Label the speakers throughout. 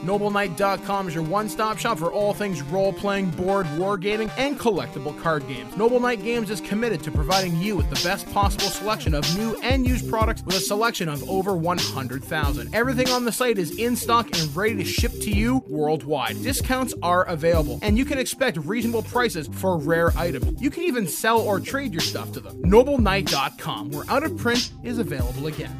Speaker 1: NobleKnight.com is your one stop shop for all things role playing, board, wargaming, and collectible card games. Noble Knight Games is committed to providing you with the best possible selection of new and used products with a selection of over 100,000. Everything on the site is in stock and ready to ship to you worldwide. Discounts are available, and you can expect reasonable prices for rare items. You can even sell or trade your stuff to them. NobleKnight.com, where out of print is available again.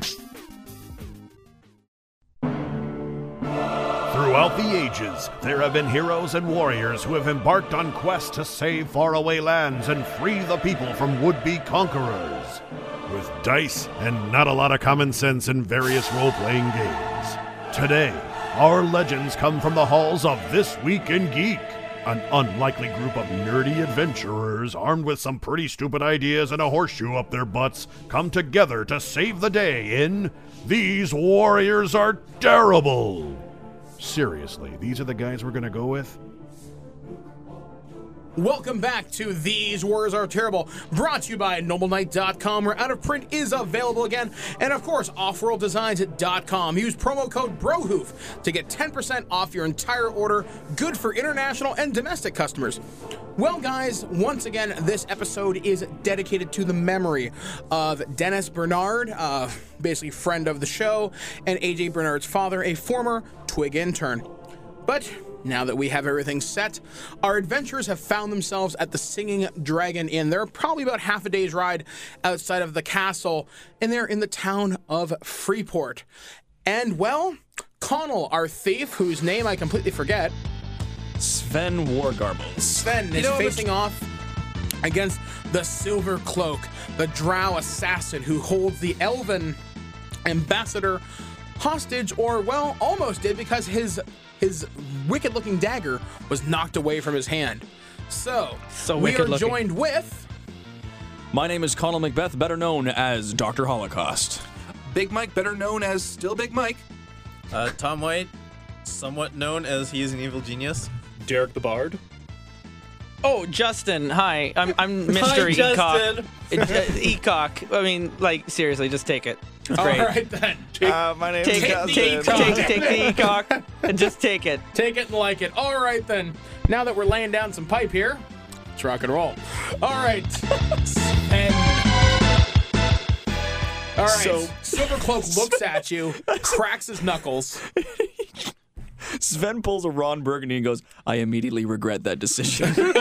Speaker 2: Throughout the ages, there have been heroes and warriors who have embarked on quests to save faraway lands and free the people from would be conquerors. With dice and not a lot of common sense in various role playing games. Today, our legends come from the halls of This Week in Geek, an unlikely group of nerdy adventurers armed with some pretty stupid ideas and a horseshoe up their butts come together to save the day in These Warriors Are Terrible! Seriously, these are the guys we're going to go with?
Speaker 1: Welcome back to These Wars Are Terrible, brought to you by NobleKnight.com, where out of print is available again, and of course, OffworldDesigns.com. Use promo code BROHOOF to get 10% off your entire order, good for international and domestic customers. Well, guys, once again, this episode is dedicated to the memory of Dennis Bernard, uh, basically friend of the show, and AJ Bernard's father, a former Twig intern. But now that we have everything set, our adventurers have found themselves at the Singing Dragon Inn. They're probably about half a day's ride outside of the castle, and they're in the town of Freeport. And well, Connell, our thief, whose name I completely forget,
Speaker 3: Sven Wargarbles.
Speaker 1: Sven is
Speaker 3: know,
Speaker 1: facing off against the Silver Cloak, the drow assassin who holds the elven ambassador hostage, or well, almost did because his his wicked-looking dagger was knocked away from his hand. So,
Speaker 3: So
Speaker 1: we are
Speaker 3: wicked-looking.
Speaker 1: joined with
Speaker 3: My name is Connell Macbeth, better known as Dr. Holocaust.
Speaker 4: Big Mike, better known as Still Big Mike.
Speaker 5: Uh, Tom White, somewhat known as he is an evil genius.
Speaker 6: Derek the Bard.
Speaker 7: Oh, Justin, hi. I'm I'm Mr. Ecock. Uh, Ecock. I mean, like seriously, just take it. It's great.
Speaker 1: all right then.
Speaker 4: Uh, my name
Speaker 7: Take,
Speaker 4: is
Speaker 7: take,
Speaker 4: Justin.
Speaker 7: take, take, the Ecock and just take it.
Speaker 1: Take it and like it. All right then. Now that we're laying down some pipe here, let's rock and roll. All right. and all right.
Speaker 6: So-
Speaker 1: Silver Cloak looks at you, cracks his knuckles.
Speaker 3: Sven pulls a Ron Burgundy and goes, I immediately regret that decision.
Speaker 1: He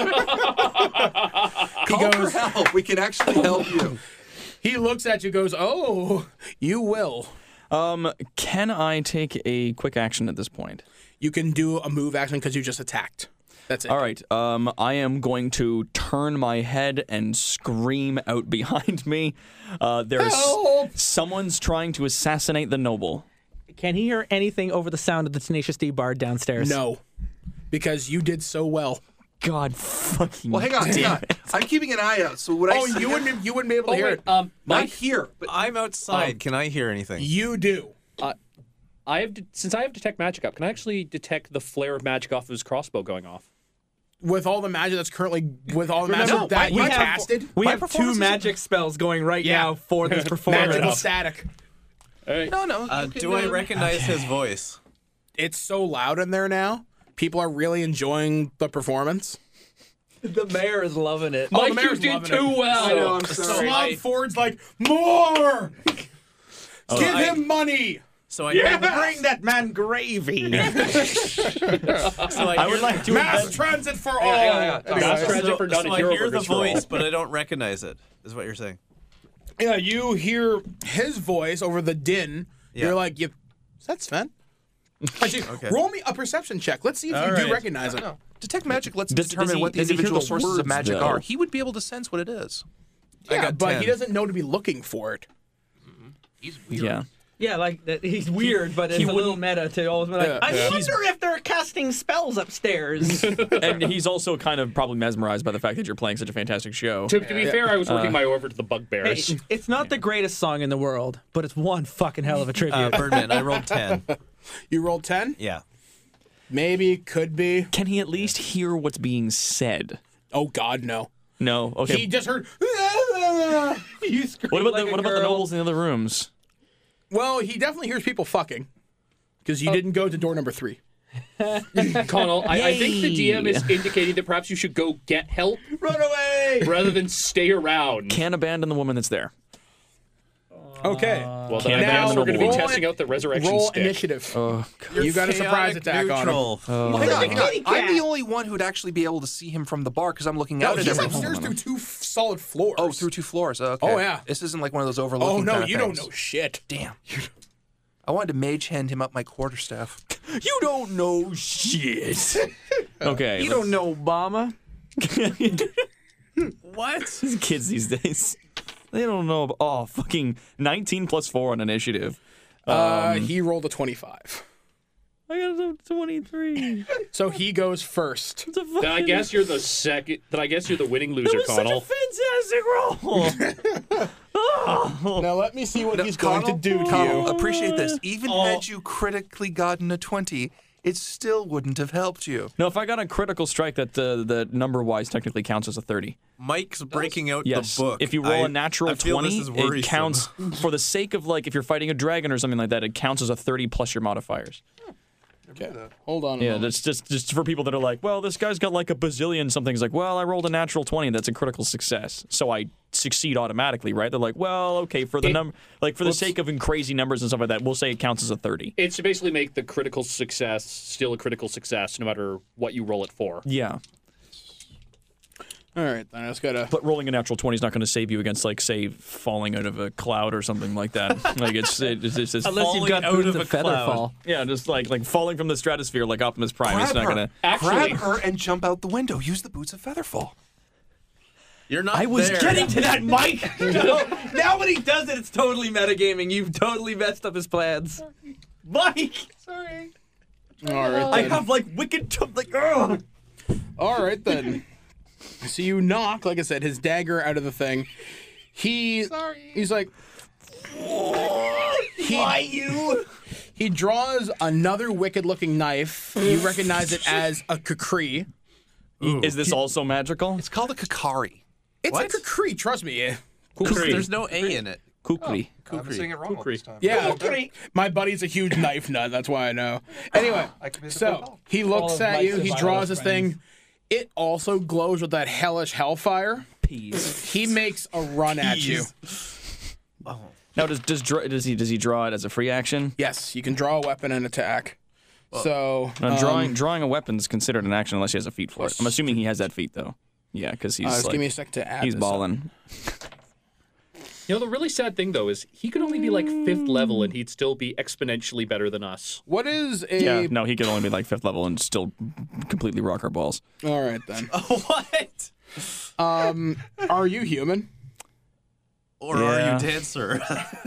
Speaker 1: goes.
Speaker 4: help. We can actually
Speaker 1: Oh.
Speaker 4: help you.
Speaker 1: He looks at you. Goes. Oh, you will.
Speaker 3: um, can I take a quick action at this point?
Speaker 1: You can do a move action because you just attacked. That's it.
Speaker 3: All right, um, I am going to turn my head and scream out behind me. Uh, there's
Speaker 1: Help!
Speaker 3: someone's trying to assassinate the noble.
Speaker 7: Can he hear anything over the sound of the Tenacious D bard downstairs?
Speaker 1: No, because you did so well.
Speaker 3: God fucking.
Speaker 4: Well, hang on, hang on. I'm keeping an eye out. So what I
Speaker 1: Oh,
Speaker 4: see
Speaker 1: you wouldn't. You wouldn't be able
Speaker 7: Oh,
Speaker 1: to hear it.
Speaker 6: Um,
Speaker 4: not here, but
Speaker 5: I'm outside. Can I hear anything?
Speaker 1: You do.
Speaker 6: I have de- since I have detect magic up. Can I actually detect the flare of magic off of his crossbow going off?
Speaker 1: With all the magic that's currently with all the magic
Speaker 7: No,
Speaker 1: Oh, that
Speaker 7: we
Speaker 1: you
Speaker 7: have-
Speaker 1: casted,
Speaker 7: We
Speaker 3: My
Speaker 7: have two
Speaker 3: performance is-
Speaker 7: magic spells going right
Speaker 1: Yeah.
Speaker 7: now for this performance.
Speaker 1: magical static.
Speaker 4: no, no.
Speaker 5: Uh,
Speaker 4: okay,
Speaker 5: do
Speaker 4: no,
Speaker 5: I
Speaker 4: no.
Speaker 5: recognize his voice?
Speaker 1: It's so loud in there now. People are really enjoying the performance. Oh,
Speaker 7: The mayor is loving it.
Speaker 1: Mike, you did too well.
Speaker 4: I know, I'm sorry.
Speaker 1: Slob Ford's like, more! Give him money!
Speaker 5: So I
Speaker 1: Bring that man gravy.
Speaker 5: So I, would like to.
Speaker 1: Mass transit for all.
Speaker 6: Mass
Speaker 5: So,
Speaker 6: transit for none
Speaker 5: so
Speaker 6: and
Speaker 5: I
Speaker 6: hero
Speaker 5: hear the
Speaker 6: burgers for all.
Speaker 5: voice, but I don't recognize it. Is what you're saying?
Speaker 1: Yeah, you hear his voice over the din.
Speaker 5: Yeah.
Speaker 1: You're like, you, is that Sven? Actually, roll me a perception check. Let's see if you
Speaker 5: right.
Speaker 1: do recognize it.
Speaker 4: Detect magic lets
Speaker 3: Does- does
Speaker 4: determine
Speaker 3: he-
Speaker 4: what the
Speaker 3: does he hear
Speaker 4: individual
Speaker 3: the
Speaker 4: sources of
Speaker 3: words,
Speaker 4: magic
Speaker 3: though?
Speaker 4: are. He would be able to sense what it is.
Speaker 1: Yeah,
Speaker 5: got
Speaker 1: but
Speaker 5: 10.
Speaker 1: he doesn't know to be looking for it.
Speaker 3: Yeah.
Speaker 7: Yeah, like that, he's weird, but it's a little meta to always be like,
Speaker 1: Yeah,
Speaker 7: I
Speaker 1: yeah.
Speaker 7: wonder if they're casting spells upstairs.
Speaker 3: and he's also kind of probably mesmerized by the fact that you're playing such a fantastic show.
Speaker 6: To, to be fair, I was working my way over to the bugbears.
Speaker 7: Hey, it's not the greatest song in the world, but it's one fucking hell of a tribute.
Speaker 5: Uh, Birdman, I rolled ten.
Speaker 1: You rolled 10?
Speaker 5: Yeah.
Speaker 1: Maybe, could be.
Speaker 3: Can he at least hear what's being said?
Speaker 1: Oh, God, no.
Speaker 3: No. Okay.
Speaker 1: He just heard.
Speaker 7: you scream
Speaker 3: what about
Speaker 7: like
Speaker 3: the
Speaker 7: a
Speaker 3: what about the
Speaker 7: girl.
Speaker 3: nobles in the other rooms?
Speaker 1: Oh. Well, he definitely hears people fucking because you didn't go to door number three.
Speaker 6: Connell, I, I think the DM is indicating that perhaps you should go get help
Speaker 1: Run away!
Speaker 6: rather than stay around.
Speaker 3: Can't abandon the woman that's there.
Speaker 1: Okay.
Speaker 6: well, then
Speaker 3: Can't
Speaker 6: I guess
Speaker 3: abandon
Speaker 6: we're going to be
Speaker 3: the
Speaker 1: woman.
Speaker 6: testing out the resurrection
Speaker 1: Roll
Speaker 6: stick.
Speaker 1: initiative.
Speaker 3: Oh,
Speaker 1: you got a surprise attack on him. Uh,
Speaker 4: Hang on, hang on. I'm the only one who'd actually be able to see him from the bar because I'm looking
Speaker 1: No,
Speaker 4: out at
Speaker 1: he's
Speaker 4: everyone.
Speaker 1: upstairs through two f- solid floors.
Speaker 4: Oh, through two floors. Okay.
Speaker 1: Oh, yeah.
Speaker 4: This isn't like one of those overlooking.
Speaker 1: Oh no,
Speaker 4: kinda
Speaker 1: you don't
Speaker 4: things.
Speaker 1: know shit.
Speaker 4: Damn. I wanted to mage hand him up my quarterstaff.
Speaker 3: You don't know shit. okay.
Speaker 7: You don't know Obama.
Speaker 5: What?
Speaker 3: These kids these days. They don't know. ab- Oh, fucking 19 plus 4 on initiative.
Speaker 1: uh, he rolled a twenty-five,
Speaker 3: I got a 23.
Speaker 1: so he goes first.
Speaker 3: It's a fucking,
Speaker 6: Then I guess you're the second. Then I guess you're the winning loser, Connell.
Speaker 3: fantastic roll.
Speaker 1: Now let me see what he's
Speaker 4: Connell,
Speaker 1: going to do to
Speaker 4: Connell,
Speaker 1: you. Oh.
Speaker 4: appreciate this. Even had you critically gotten a 20, it still wouldn't have helped you.
Speaker 3: no, if I got a critical strike, that uh, the number wise technically counts as a 30.
Speaker 5: Mike's breaking out
Speaker 3: Yes.
Speaker 5: the book.
Speaker 3: If you roll
Speaker 5: a
Speaker 3: a natural 20, it counts for the sake of like if you're fighting a dragon or something like that, it counts as a 30 plus your modifiers.
Speaker 1: Okay, Hold on. a
Speaker 3: Yeah,
Speaker 1: moment.
Speaker 3: that's just just for people that are like, well, this guy's got like a bazillion something. It's like, well, I rolled a natural 20, that's a critical success. So I succeed automatically, right? They're like, well, okay, for the number like for the sake of in crazy numbers and stuff like that, we'll say it counts as a 30.
Speaker 6: It's to basically make the critical success still a critical success, no matter what you roll it for.
Speaker 3: Yeah.
Speaker 1: All right, then I just gotta.
Speaker 3: But rolling a natural 20 is not going to save you against like say falling out of a cloud or something like that. like it's it- it's, it's, it's
Speaker 7: Unless you've
Speaker 5: Falling
Speaker 7: got
Speaker 5: out
Speaker 7: boots
Speaker 5: of
Speaker 7: of
Speaker 5: a cloud.
Speaker 7: Featherfall.
Speaker 3: yeah, just like like falling from the stratosphere like Optimus Prime. it's not
Speaker 4: Grab
Speaker 3: going
Speaker 4: her.
Speaker 3: to
Speaker 6: Actually-
Speaker 4: Grab her and jump out the window. Use the boots of Featherfall.
Speaker 5: You're not.
Speaker 7: I was
Speaker 5: there.
Speaker 7: getting to that, Mike. now when he does it, it's totally metagaming. You've totally messed up his plans. Mike,
Speaker 1: All right,
Speaker 7: I
Speaker 1: then.
Speaker 7: have like wicked, t- like, oh.
Speaker 1: All right then. so you knock, like I said, his dagger out of the thing. He he's like he, Why you? He draws another wicked-looking knife. You recognize it as a kukri.
Speaker 3: Is this also magical?
Speaker 4: It's called a Kakari.
Speaker 1: It's
Speaker 4: What?
Speaker 1: a kukri. Trust me. Yeah.
Speaker 5: There's no A in it.
Speaker 3: Kukri.
Speaker 4: I'm saying it wrong all this time.
Speaker 1: Yeah, my buddy's a huge knife nut. That's why I know. Anyway,
Speaker 4: committed
Speaker 1: so
Speaker 4: football.
Speaker 1: he looks
Speaker 8: of
Speaker 1: at
Speaker 8: my
Speaker 1: you. He
Speaker 8: survivalist
Speaker 1: draws this
Speaker 8: friends.
Speaker 1: thing. It also glows with that hellish hellfire. Peas. He makes a run at you.
Speaker 3: Now does does dra- does he does he draw it as a free action?
Speaker 1: Yes, you can draw a weapon and attack. So
Speaker 3: Now,
Speaker 1: um,
Speaker 3: drawing drawing a weapon's considered an action unless he has a feat for it. I'm assuming he has that feat though. Yeah, because he's
Speaker 1: uh, just
Speaker 3: like,
Speaker 1: give me a sec to add.
Speaker 3: he's
Speaker 1: this up.
Speaker 3: balling.
Speaker 6: You know, the really sad thing though is he could only be like fifth level, and he'd still be exponentially better than us.
Speaker 1: What is a?
Speaker 3: Yeah, no, he could only be like fifth level and still completely rock our balls.
Speaker 1: All right then.
Speaker 5: what?
Speaker 1: Um, are you human?
Speaker 5: Or
Speaker 3: Yeah.
Speaker 5: are you dancer?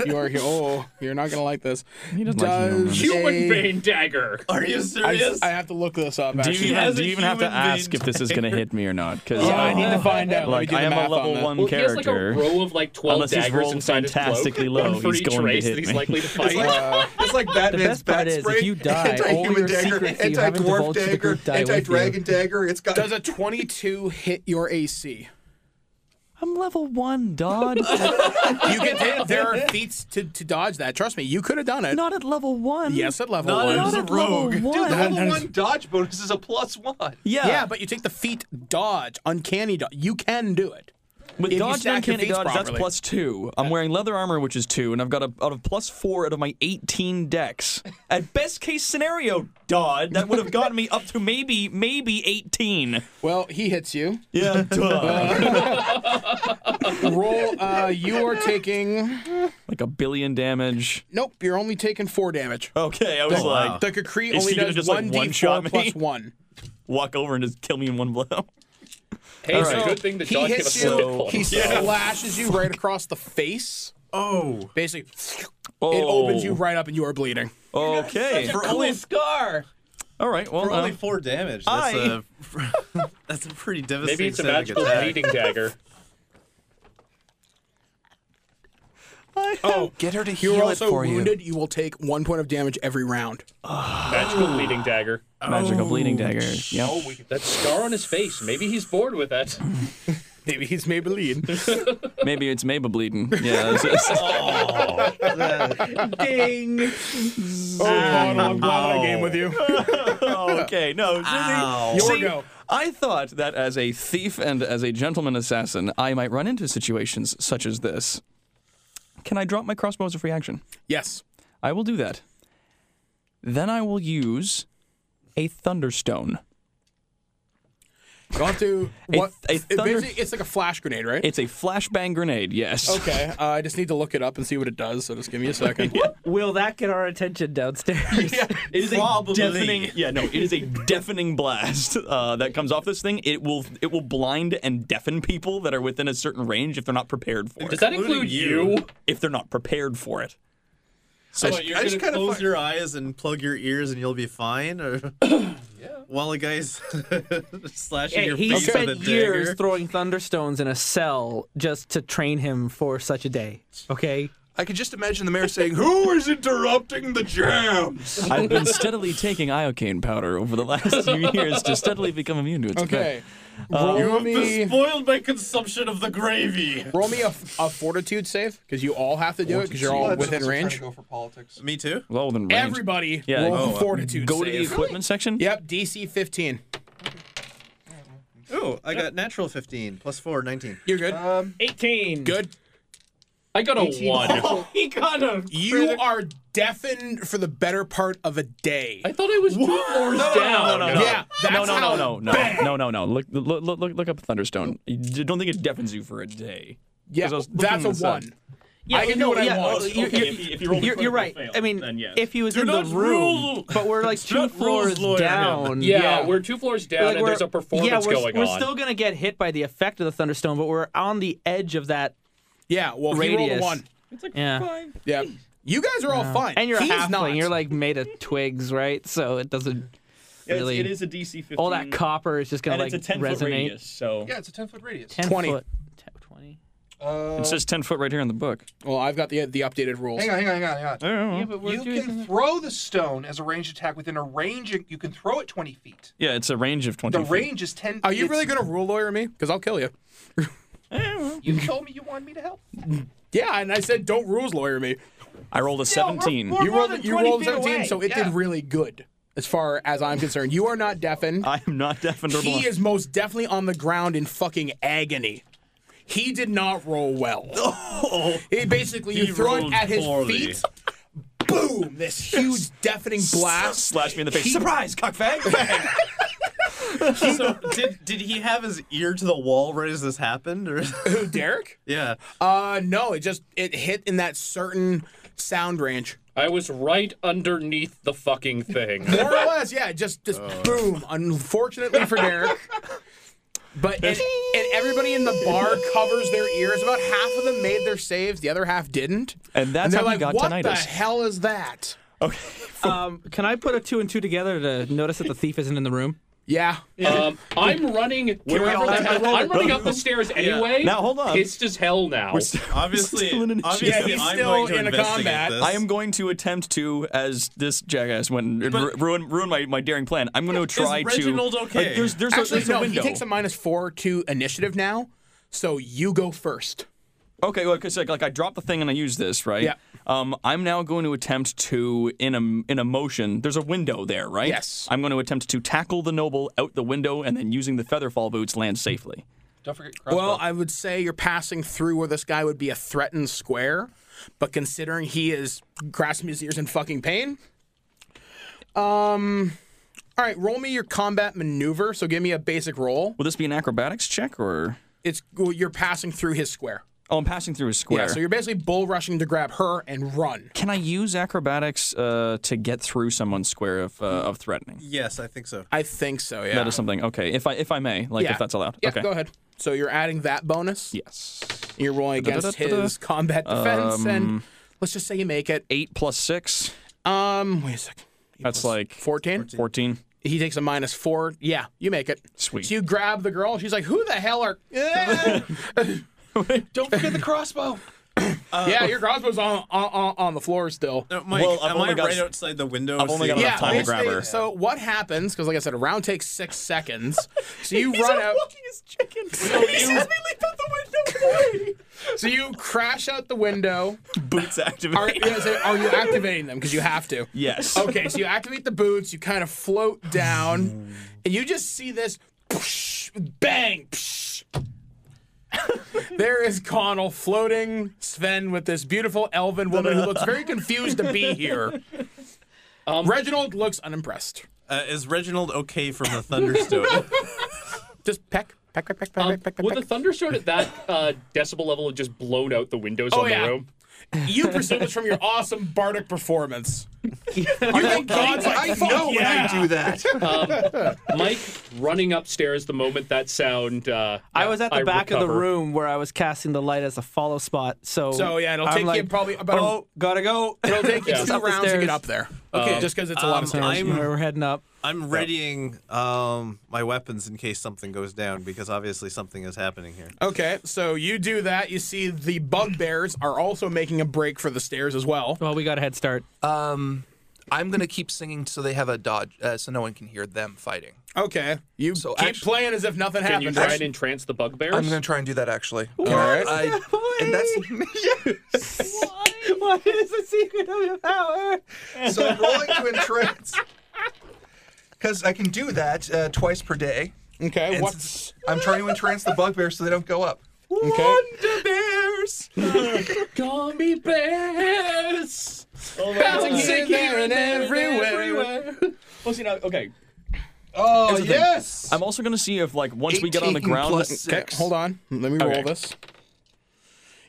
Speaker 1: You are. Hu- oh, you're not gonna like this. He
Speaker 3: doesn't like human
Speaker 1: Does
Speaker 6: Human
Speaker 1: a-
Speaker 6: vein
Speaker 3: Um,
Speaker 6: dagger.
Speaker 5: are you
Speaker 1: I,
Speaker 5: serious?
Speaker 1: I have to look this up.
Speaker 3: Do
Speaker 1: Actually.
Speaker 3: you
Speaker 5: has
Speaker 3: even, do
Speaker 5: a
Speaker 3: you even have to
Speaker 5: human vein
Speaker 3: ask if this is gonna hit me or not? Because
Speaker 1: yeah, I need to find out. Let me
Speaker 3: like
Speaker 1: do the
Speaker 3: I am
Speaker 1: math
Speaker 3: a
Speaker 1: on
Speaker 3: level
Speaker 1: that.
Speaker 3: one
Speaker 6: Well, he
Speaker 3: character.
Speaker 6: has like a row of like twelve
Speaker 3: Unless he's
Speaker 6: daggers
Speaker 3: rolled
Speaker 6: inside his cloak,
Speaker 3: fantastically low,
Speaker 6: one for
Speaker 3: he's
Speaker 6: each
Speaker 3: going to
Speaker 6: race
Speaker 3: hit
Speaker 6: that he's
Speaker 3: me.
Speaker 6: likely to fight.
Speaker 8: It's like Batman's The best part is, if you die, all
Speaker 4: anti-human
Speaker 8: your
Speaker 4: dagger,
Speaker 8: secrets you haven't
Speaker 4: anti-dwarf
Speaker 8: divulged to the
Speaker 4: dagger,
Speaker 8: group die with you.
Speaker 4: anti-dragon dagger. It's got
Speaker 1: Does a 22 hit your AC?
Speaker 3: I'm level one, Dodd.
Speaker 1: You get hit. There are feats to, to dodge that. Trust me, you could have done it.
Speaker 3: not at level one.
Speaker 1: yes, at level
Speaker 5: Not
Speaker 1: one.
Speaker 5: at all. rogue.
Speaker 3: Level one.
Speaker 4: the level one dodge bonus is a plus one.
Speaker 3: yeah.
Speaker 1: Yeah, but you take the feat dodge, uncanny dodge. You can do it.
Speaker 3: With
Speaker 1: If you
Speaker 3: dodge and
Speaker 1: stack your
Speaker 3: uncanny
Speaker 1: feats
Speaker 3: dodge, that's
Speaker 1: properly.
Speaker 3: plus two. I'm wearing leather armor, which is two, and I've got a out of plus four out of my 18 decks. At best case scenario, Dodd, that would have gotten me up to maybe maybe 18.
Speaker 1: Well, he hits you.
Speaker 3: Yeah, duh.
Speaker 1: Roll. Uh, you are taking.
Speaker 3: like a billion damage.
Speaker 1: Nope, you're only taking four damage.
Speaker 3: Okay, I was like,
Speaker 1: The Kakri
Speaker 3: Oh, Is
Speaker 1: only
Speaker 3: he gonna
Speaker 1: does
Speaker 3: just, like,
Speaker 1: one d4
Speaker 3: one-shot me?
Speaker 1: plus one.
Speaker 3: walk over and just kill me in one blow.
Speaker 6: Hey, it's
Speaker 3: Alright.
Speaker 6: a good thing that
Speaker 1: He
Speaker 6: dodge gave us
Speaker 1: hits
Speaker 6: some hit
Speaker 1: you.
Speaker 6: points.
Speaker 1: He slashes you right across the face.
Speaker 5: oh,
Speaker 1: Basically,
Speaker 3: Oh.
Speaker 1: it opens you right up, and you are bleeding.
Speaker 3: Okay.
Speaker 7: Oh, For only scar.
Speaker 3: All right. Well,
Speaker 5: for
Speaker 3: uh,
Speaker 5: only four damage. That's
Speaker 3: I-
Speaker 5: a that's a pretty devastating.
Speaker 6: Maybe it's a
Speaker 5: static
Speaker 6: magical
Speaker 5: attack.
Speaker 6: bleeding dagger.
Speaker 1: Oh,
Speaker 4: Get her to
Speaker 1: you're
Speaker 4: heal it
Speaker 1: also
Speaker 4: for you.
Speaker 1: wounded. You. will take one point of damage every round.
Speaker 6: Magical bleeding dagger.
Speaker 3: magical bleeding dagger. Yeah.
Speaker 6: That scar on his face. Maybe he's bored with that.
Speaker 1: Maybe he's Maybelline.
Speaker 3: Maybe it's Mabel bleeding. Yeah. that's-
Speaker 8: Ding.
Speaker 1: oh, Vaughn, I'm glad I game with you.
Speaker 3: okay, no. see-
Speaker 1: Your
Speaker 3: see,
Speaker 1: go.
Speaker 3: I thought that as a thief and as a gentleman assassin, I might run into situations such as this. Can I drop my crossbow as a free action?
Speaker 1: Yes.
Speaker 3: I will do that. Then I will use a thunderstone.
Speaker 1: You'll have to.
Speaker 3: A-
Speaker 1: What,
Speaker 3: a
Speaker 1: it
Speaker 3: thunder-
Speaker 1: basically- it's like a flash grenade, right?
Speaker 3: It's a flashbang grenade. Yes.
Speaker 1: okay. Uh, I just need to look it up and see what it does, so just give me a second.
Speaker 8: Will that get our attention downstairs?
Speaker 3: It is
Speaker 5: Probably.
Speaker 3: a deafening. Yeah, no, it is a deafening blast uh, that comes off this thing. It will it will blind and deafen people that are within a certain range if they're not prepared for
Speaker 6: Does
Speaker 3: it.
Speaker 6: that include you?
Speaker 3: If they're not prepared for it.
Speaker 5: So
Speaker 6: what, you're
Speaker 5: I just
Speaker 6: gonna
Speaker 5: kind of
Speaker 6: close
Speaker 5: close your eyes and plug your ears, and you'll be fine. Or while the guy's slashing
Speaker 7: Hey,
Speaker 5: your
Speaker 7: he
Speaker 5: face with a
Speaker 7: spent years
Speaker 5: dagger.
Speaker 7: throwing thunderstones in a cell just to train him for such a day. Okay.
Speaker 4: I could just imagine the mayor saying, "Who is interrupting the jams?"
Speaker 3: I've been steadily taking iocane powder over the last few years to steadily become immune to its
Speaker 1: okay.
Speaker 3: effect.
Speaker 1: Roll me,
Speaker 5: Spoiled by consumption of the gravy.
Speaker 1: roll me a, a fortitude save because you all have to do it because you're all within range.
Speaker 4: go for politics.
Speaker 5: Me too.
Speaker 3: Well, then range.
Speaker 1: Everybody,
Speaker 3: Yeah,
Speaker 1: roll
Speaker 3: oh,
Speaker 1: a fortitude
Speaker 3: go to the
Speaker 1: save.
Speaker 3: equipment section.
Speaker 1: Yep, DC 15.
Speaker 5: Ooh, I got natural 15 plus 4, 19.
Speaker 1: You're good.
Speaker 8: 18.
Speaker 1: good.
Speaker 6: I got a one.
Speaker 3: Oh.
Speaker 8: he got him.
Speaker 1: You are deafened for the better part of a day.
Speaker 6: I thought I was two floors down.
Speaker 3: No, no, no.
Speaker 1: Yeah, that's
Speaker 3: no, no,
Speaker 1: how-
Speaker 3: no, no, no, no, no, no. Look, look, look, look- look up Thunderstone. You don't think it deafens you for a day.
Speaker 1: yeah,
Speaker 3: 'Cause I was looking
Speaker 1: that's a
Speaker 3: this up.
Speaker 1: one. I can do what I want.
Speaker 7: well, oh, You're,
Speaker 6: Okay,
Speaker 7: you're-
Speaker 6: if you- if you roll the
Speaker 7: you're- you're right.
Speaker 6: critical fail,
Speaker 7: I mean,
Speaker 6: then yes.
Speaker 7: if he was in the
Speaker 5: not
Speaker 7: room,
Speaker 5: rule-
Speaker 7: but we're like two
Speaker 5: not rules
Speaker 7: floors
Speaker 5: lawyer him.
Speaker 7: down.
Speaker 6: Yeah, we're two floors down,
Speaker 7: Like,
Speaker 6: and
Speaker 7: we're-
Speaker 6: there's a performance
Speaker 7: yeah, we're,
Speaker 6: going
Speaker 7: we're
Speaker 6: on.
Speaker 7: still gonna get hit by the effect of the thunderstone, but we're on the edge of that.
Speaker 1: yeah, well, he rolled a
Speaker 7: Radius.
Speaker 1: one.
Speaker 7: Yeah,
Speaker 1: Yeah. You guys are all fine.
Speaker 7: and you're
Speaker 1: He's
Speaker 7: a halfling.
Speaker 1: Not.
Speaker 7: You're like made of twigs, right? So it doesn't really.
Speaker 3: It is a DC 15.
Speaker 7: all that copper is just gonna
Speaker 3: and
Speaker 7: like
Speaker 3: it's a 10
Speaker 7: resonate.
Speaker 3: foot radius, so
Speaker 4: Yeah, it's a ten foot radius.
Speaker 7: 10
Speaker 1: 20.
Speaker 7: foot- t- 20.
Speaker 3: it says 10 foot right here in the book.
Speaker 1: well, I've got the the updated rules.
Speaker 4: Hang on, hang on, hang on, hang on.
Speaker 3: Oh.
Speaker 7: Yeah, but we're
Speaker 9: You
Speaker 7: doing
Speaker 9: can
Speaker 7: something-
Speaker 9: throw the stone as a ranged attack within a range. You can throw it 20 feet.
Speaker 3: Yeah, it's a range of 20
Speaker 9: The
Speaker 3: feet.
Speaker 9: range is 10
Speaker 1: Are you
Speaker 9: it's-
Speaker 1: really gonna rule lawyer me? Because I'll kill you.
Speaker 9: You told me you wanted me to help.
Speaker 1: Yeah, and I said don't rules lawyer me.
Speaker 3: I rolled a 17.
Speaker 9: we're-
Speaker 1: You
Speaker 9: More
Speaker 1: rolled
Speaker 9: than
Speaker 1: you
Speaker 9: 20
Speaker 1: rolled
Speaker 9: feet
Speaker 1: 17,
Speaker 9: away,
Speaker 1: so it
Speaker 9: yeah.
Speaker 1: did really good as far as I'm concerned. You are not deafened.
Speaker 3: I am not deaf and or blind.
Speaker 1: he is most definitely on the ground in fucking agony. He did not roll well. It basically you
Speaker 5: Oh. He
Speaker 1: throw it
Speaker 5: rolled
Speaker 1: at his
Speaker 5: poorly.
Speaker 1: feet. Boom! This huge deafening blast.
Speaker 3: Slash me in the face.
Speaker 1: He-
Speaker 3: Surprise, cockfag!
Speaker 5: so did did he have his ear to the wall right as this happened? Or
Speaker 1: Who, Derek?
Speaker 5: yeah.
Speaker 1: Uh, no, it just it hit in that certain sound range.
Speaker 6: I was right underneath the fucking thing.
Speaker 1: More or less, yeah. Just just
Speaker 3: Oh.
Speaker 1: boom. Unfortunately for Derek. But and, and everybody in the bar covers their ears. About half of them made their saves, the other half didn't.
Speaker 3: And that's
Speaker 1: they're
Speaker 3: how he
Speaker 1: like,
Speaker 3: got
Speaker 1: what the
Speaker 3: tinnitus."
Speaker 1: hell is that?
Speaker 7: Um, can I put a two and two together to notice that the thief isn't in the room?
Speaker 1: Yeah.
Speaker 6: Um, I'm running wherever
Speaker 3: all
Speaker 6: the
Speaker 3: have
Speaker 6: hell.
Speaker 3: to roll
Speaker 6: I'm
Speaker 3: it?
Speaker 6: running up the stairs anyway.
Speaker 3: Now, hold on.
Speaker 6: Pissed as hell now.
Speaker 5: Obviously,
Speaker 3: still in an
Speaker 5: obviously
Speaker 1: Yeah, he's
Speaker 5: I'm
Speaker 1: still
Speaker 5: going to
Speaker 1: in a
Speaker 5: investigate
Speaker 1: combat.
Speaker 5: this.
Speaker 3: I am going to attempt to, as this jackass went and ru- ruin ruin my, my daring plan. I'm going to try to.
Speaker 5: Reginald okay?
Speaker 3: Like, there's there's,
Speaker 1: Actually,
Speaker 3: a, there's
Speaker 1: no,
Speaker 3: a window.
Speaker 1: he takes a minus four to initiative now, so you go first.
Speaker 3: Okay, well, cause like, like I drop the thing and I use this, right?
Speaker 1: Yeah.
Speaker 3: Um, I'm now going to attempt to in a in a motion. There's a window there, right?
Speaker 1: Yes.
Speaker 3: I'm going to attempt to tackle the noble out the window and then using the featherfall boots land safely.
Speaker 9: Don't forget crossbow.
Speaker 1: Well, I would say you're passing through where this guy would be a threatened square, but considering he is grasping his ears in fucking pain. Um. All right, roll me your combat maneuver. So give me a basic roll.
Speaker 3: Will this be an acrobatics check or?
Speaker 1: It's well, you're passing through his square.
Speaker 3: Oh, I'm passing through a square.
Speaker 1: Yeah, so you're basically bull rushing to grab her and run.
Speaker 3: Can I use acrobatics uh, to get through someone's square of uh, of threatening?
Speaker 5: Yes, I think so.
Speaker 1: I think so. Yeah.
Speaker 3: That is something. Okay, if I if I may, like if that's allowed.
Speaker 1: Yeah,
Speaker 3: okay.
Speaker 1: go ahead. So you're adding that bonus.
Speaker 3: Yes.
Speaker 1: You're rolling against
Speaker 3: Da-da-da-da-da.
Speaker 1: his combat defense, and
Speaker 3: Um,
Speaker 1: let's just say you make it.
Speaker 3: Eight plus six.
Speaker 1: Um, wait a second.
Speaker 3: That's like
Speaker 1: 14?
Speaker 3: Fourteen.
Speaker 1: He takes a minus four. Yeah, you make it.
Speaker 3: Sweet.
Speaker 1: So you grab the girl. She's like, "Who the hell are?" Eh.
Speaker 4: Don't forget the crossbow.
Speaker 1: yeah, your crossbow's on, on- on on the floor still.
Speaker 5: No, Mike,
Speaker 3: Well, I've
Speaker 5: am I
Speaker 3: only got-
Speaker 5: right outside the window?
Speaker 3: I've only got
Speaker 5: seeing
Speaker 3: enough
Speaker 1: Yeah,
Speaker 5: it?
Speaker 3: time to
Speaker 1: basically,
Speaker 3: grab her.
Speaker 1: So what happens? Because like I said, a round takes six seconds. So you run out.
Speaker 8: his chicken.
Speaker 1: you- So you crash out the window.
Speaker 3: Boots active.
Speaker 1: Are, yeah, so are you activating them? Because you have to.
Speaker 3: Yes.
Speaker 1: Okay, so you activate the boots. You kind of float down, and you just see this psh, bang. psh. There is Connell floating Sven with this beautiful elven woman who looks very confused to be here. Reginald looks unimpressed.
Speaker 5: Uh, is Reginald okay from the thunderstone?
Speaker 1: Just peck, peck, peck, peck, peck,
Speaker 6: Um,
Speaker 1: peck, peck, peck.
Speaker 6: would the thunderstorm at that uh, decibel level have just blown out the windows
Speaker 1: Oh,
Speaker 6: on
Speaker 1: yeah.
Speaker 6: the room?
Speaker 1: You presume it's from your awesome bardic performance. you think God's like,
Speaker 4: I
Speaker 1: fuck
Speaker 4: know when
Speaker 1: yeah.
Speaker 4: I do that.
Speaker 6: Mike running upstairs the moment that sound. Uh,
Speaker 7: I was at the back of the
Speaker 6: recover.
Speaker 7: room where I was casting the light as a follow spot. So
Speaker 1: So yeah, it'll
Speaker 7: I'm
Speaker 1: take you
Speaker 7: like,
Speaker 1: probably about
Speaker 7: Oh, gotta go.
Speaker 1: it'll take you
Speaker 6: Yeah.
Speaker 1: two
Speaker 7: Up the
Speaker 1: rounds to
Speaker 7: stairs.
Speaker 1: get up there. Okay, just because it's a lot of
Speaker 5: Um,
Speaker 1: stairs.
Speaker 5: I'm
Speaker 7: We're heading up.
Speaker 5: I'm readying um, my weapons in case something goes down because obviously something is happening here.
Speaker 1: Okay, so you do that. You see the bugbears are also making a break for the stairs as well.
Speaker 7: Well, we got a head start.
Speaker 4: Um, I'm gonna keep singing so they have a dodge, uh, so no one can hear them fighting.
Speaker 1: Okay, you
Speaker 4: So
Speaker 1: keep
Speaker 4: actu-
Speaker 1: playing as if nothing
Speaker 6: Can you
Speaker 1: happened.
Speaker 6: try and entrance the bugbears?
Speaker 4: I'm gonna try and do that actually.
Speaker 1: All right.
Speaker 4: I, and that's
Speaker 7: what is the secret of your power?
Speaker 4: so I'm rolling to entrance because I can do that uh, twice per day.
Speaker 1: okay,
Speaker 4: And
Speaker 1: what's
Speaker 4: since I'm trying to entrance the bugbear so they don't go up.
Speaker 1: okay?
Speaker 4: Bears.
Speaker 6: Gummy bears.
Speaker 1: Oh Bouncing in there and everywhere.
Speaker 3: Well, see, now, okay.
Speaker 4: Oh yes.
Speaker 3: I'm also gonna see if like once we get on the
Speaker 4: 18
Speaker 3: ground.
Speaker 4: plus
Speaker 1: Okay,
Speaker 4: six.
Speaker 1: hold on. Let me roll
Speaker 3: Okay.
Speaker 1: this.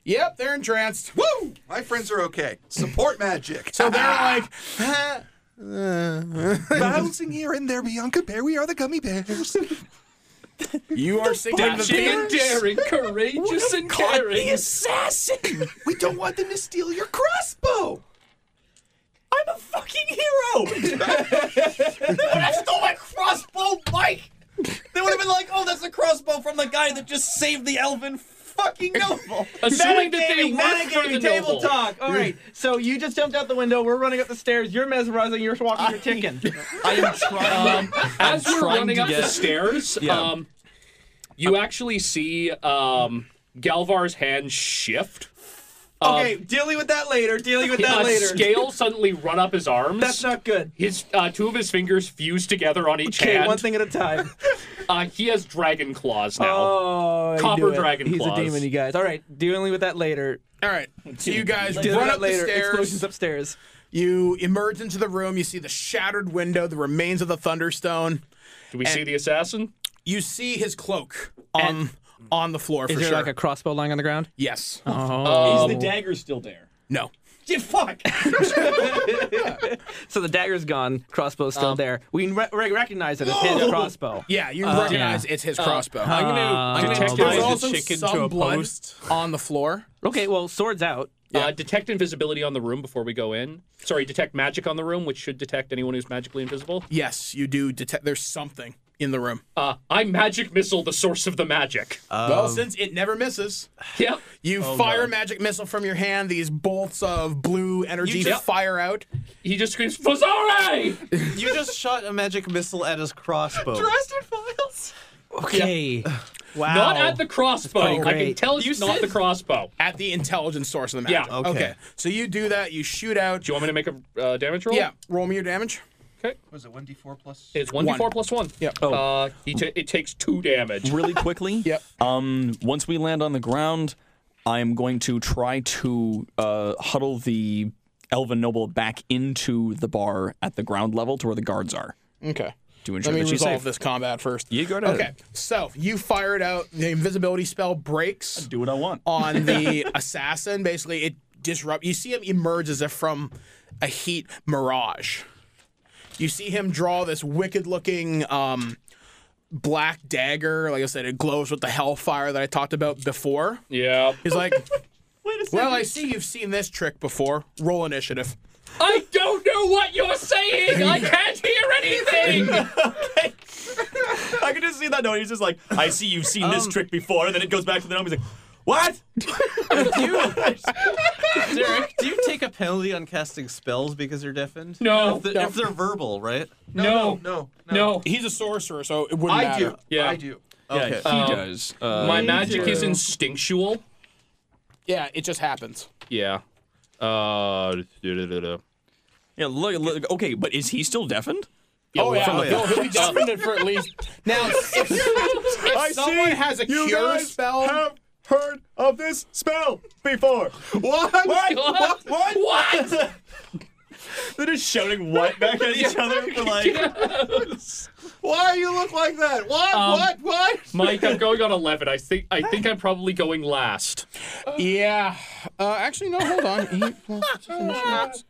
Speaker 1: Yep, they're entranced.
Speaker 4: Woo! My friends are okay. Support magic. Ah.
Speaker 1: So they're like,
Speaker 4: bouncing here and there, Bianca Bear. We are the gummy bears.
Speaker 1: you are singing the
Speaker 6: Dashing
Speaker 1: theme.
Speaker 6: and daring, courageous and caring.
Speaker 4: assassin. We don't want them to steal your crossbow.
Speaker 3: I'm a fucking hero.
Speaker 5: They would have been like, "Oh, that's a crossbow from the guy that just saved the elven fucking noble."
Speaker 6: Assuming that they work for the
Speaker 7: table
Speaker 6: noble.
Speaker 7: talk. All right. So you just jumped out the window. We're running up the stairs. You're mesmerizing. You're walking your chicken.
Speaker 3: I am trying.
Speaker 6: Um, as we're
Speaker 3: trying
Speaker 6: running
Speaker 3: to
Speaker 6: up
Speaker 3: get-
Speaker 6: the stairs,
Speaker 3: Yeah.
Speaker 6: um, you actually see um, Galvar's hand shift.
Speaker 7: okay. Dealing with that later. Dealing with that
Speaker 6: a
Speaker 7: later.
Speaker 6: scale suddenly run up his arms.
Speaker 7: That's not good.
Speaker 6: His uh, two of his fingers fused together on each
Speaker 7: Okay,
Speaker 6: hand.
Speaker 7: one thing at a time.
Speaker 6: Uh, he has dragon claws now.
Speaker 7: Oh, I
Speaker 6: Copper
Speaker 7: knew it.
Speaker 6: dragon
Speaker 7: He's
Speaker 6: claws.
Speaker 7: a demon, you guys. All right, dealing with that later.
Speaker 1: All right, so you guys
Speaker 7: Dealing
Speaker 1: run
Speaker 7: with
Speaker 1: up
Speaker 7: that later.
Speaker 1: the stairs.
Speaker 7: Explosions upstairs.
Speaker 1: You emerge into the room. You see the shattered window, the remains of the thunderstone.
Speaker 6: Do we see the assassin?
Speaker 1: You see his cloak on on the floor
Speaker 7: Is
Speaker 1: for
Speaker 7: there
Speaker 1: sure.
Speaker 7: like a Oh. crossbow lying on the ground?
Speaker 1: yes.
Speaker 6: Um,
Speaker 3: Is the dagger still there?
Speaker 1: No.
Speaker 6: Uh,
Speaker 7: So the dagger's gone. Crossbow's still
Speaker 1: Um.
Speaker 7: there. We re- re- recognize it as his crossbow.
Speaker 1: Yeah, you recognize it's his crossbow.
Speaker 5: I'm gonna, I'm gonna
Speaker 6: detective-
Speaker 5: tie
Speaker 1: There's
Speaker 6: Is it
Speaker 5: the
Speaker 1: also
Speaker 5: chicken
Speaker 1: some
Speaker 5: to a
Speaker 1: blood
Speaker 5: post.
Speaker 1: on the floor.
Speaker 7: Okay, well, swords out.
Speaker 6: Uh, detect invisibility on the room before we go in. Sorry, detect magic on the room, which should detect anyone who's magically invisible.
Speaker 1: Yes, you do detect. There's something in the room.
Speaker 6: Uh, I magic missile the source of the magic.
Speaker 7: Uh.
Speaker 1: well, since it never misses,
Speaker 6: yep.
Speaker 1: you fire a magic missile from your hand. These bolts of blue energy
Speaker 6: just-
Speaker 1: fire out.
Speaker 6: He just screams, Fazare!
Speaker 5: You just shot a magic missile at his crossbow.
Speaker 7: Okay. Wow.
Speaker 6: Not at the crossbow.
Speaker 7: pretty
Speaker 6: I can
Speaker 7: great.
Speaker 6: tell it's not the crossbow.
Speaker 1: At the intelligence source of the
Speaker 6: Yeah,
Speaker 1: magic.
Speaker 5: okay.
Speaker 1: So you do that. You shoot out.
Speaker 6: Do you want me to make a uh, damage roll?
Speaker 1: Yeah. Roll me your damage.
Speaker 6: Okay.
Speaker 9: Was it 1d4 plus?
Speaker 6: It's 1d4
Speaker 1: One.
Speaker 6: plus 1.
Speaker 1: Yeah.
Speaker 6: Uh, he ta- it takes 2 damage.
Speaker 3: Really quickly.
Speaker 1: Yep.
Speaker 3: Um, once we land on the ground, I am going to try to uh, huddle the elven noble back into the bar at the ground level to where the guards are
Speaker 1: Okay.
Speaker 3: to ensure
Speaker 1: Let me
Speaker 3: that she's
Speaker 1: resolve
Speaker 3: safe.
Speaker 1: this combat first.
Speaker 3: You go ahead.
Speaker 1: Okay. So you fire it out. The invisibility spell breaks.
Speaker 3: Do what I want.
Speaker 1: on the assassin. Basically, it disrupt. You see him emerge as if from a heat mirage. You see him draw this wicked-looking um, black dagger. Like I said, it glows with the hellfire that I talked about before.
Speaker 6: Yeah.
Speaker 1: He's like, "Well, I see you've seen this trick before. Roll initiative."
Speaker 6: I don't know what you're saying. I can't hear anything.
Speaker 1: Um,
Speaker 3: I can just see that note. He's just like, I see you've seen this trick before. And then it goes back to the gnome. He's like, What?
Speaker 10: Derek, do you take a penalty on casting spells because you're deafened?
Speaker 6: No.
Speaker 10: If, the- if they're verbal, right?
Speaker 6: No.
Speaker 2: No,
Speaker 6: No.
Speaker 1: He's a sorcerer, so it wouldn't
Speaker 2: I
Speaker 1: matter.
Speaker 2: do.
Speaker 6: Yeah.
Speaker 2: I do.
Speaker 10: Okay.
Speaker 3: He
Speaker 6: Um,
Speaker 3: does. Uh,
Speaker 6: My magic is instinctual.
Speaker 1: Yeah, it just happens.
Speaker 6: Yeah.
Speaker 1: Oh,
Speaker 6: Uh, da-da-da-da.
Speaker 3: yeah, look, look. Okay, but is he still deafened?
Speaker 1: oh, yeah.
Speaker 10: from the-
Speaker 1: He'll, he'll be deafened for at least. Now, if, if someone has a
Speaker 11: you
Speaker 1: cure
Speaker 11: guys
Speaker 1: spell.
Speaker 11: Have heard of this spell before? What? What?
Speaker 6: What?
Speaker 11: What?
Speaker 6: What?
Speaker 3: They're just shouting what back at each other. Like,
Speaker 11: Why you look like that? What? what? What?
Speaker 6: Mike, I'm going on 11. I think I think I'm probably going last.
Speaker 1: Yeah. Uh, actually, no, hold on. He plus it's initiative.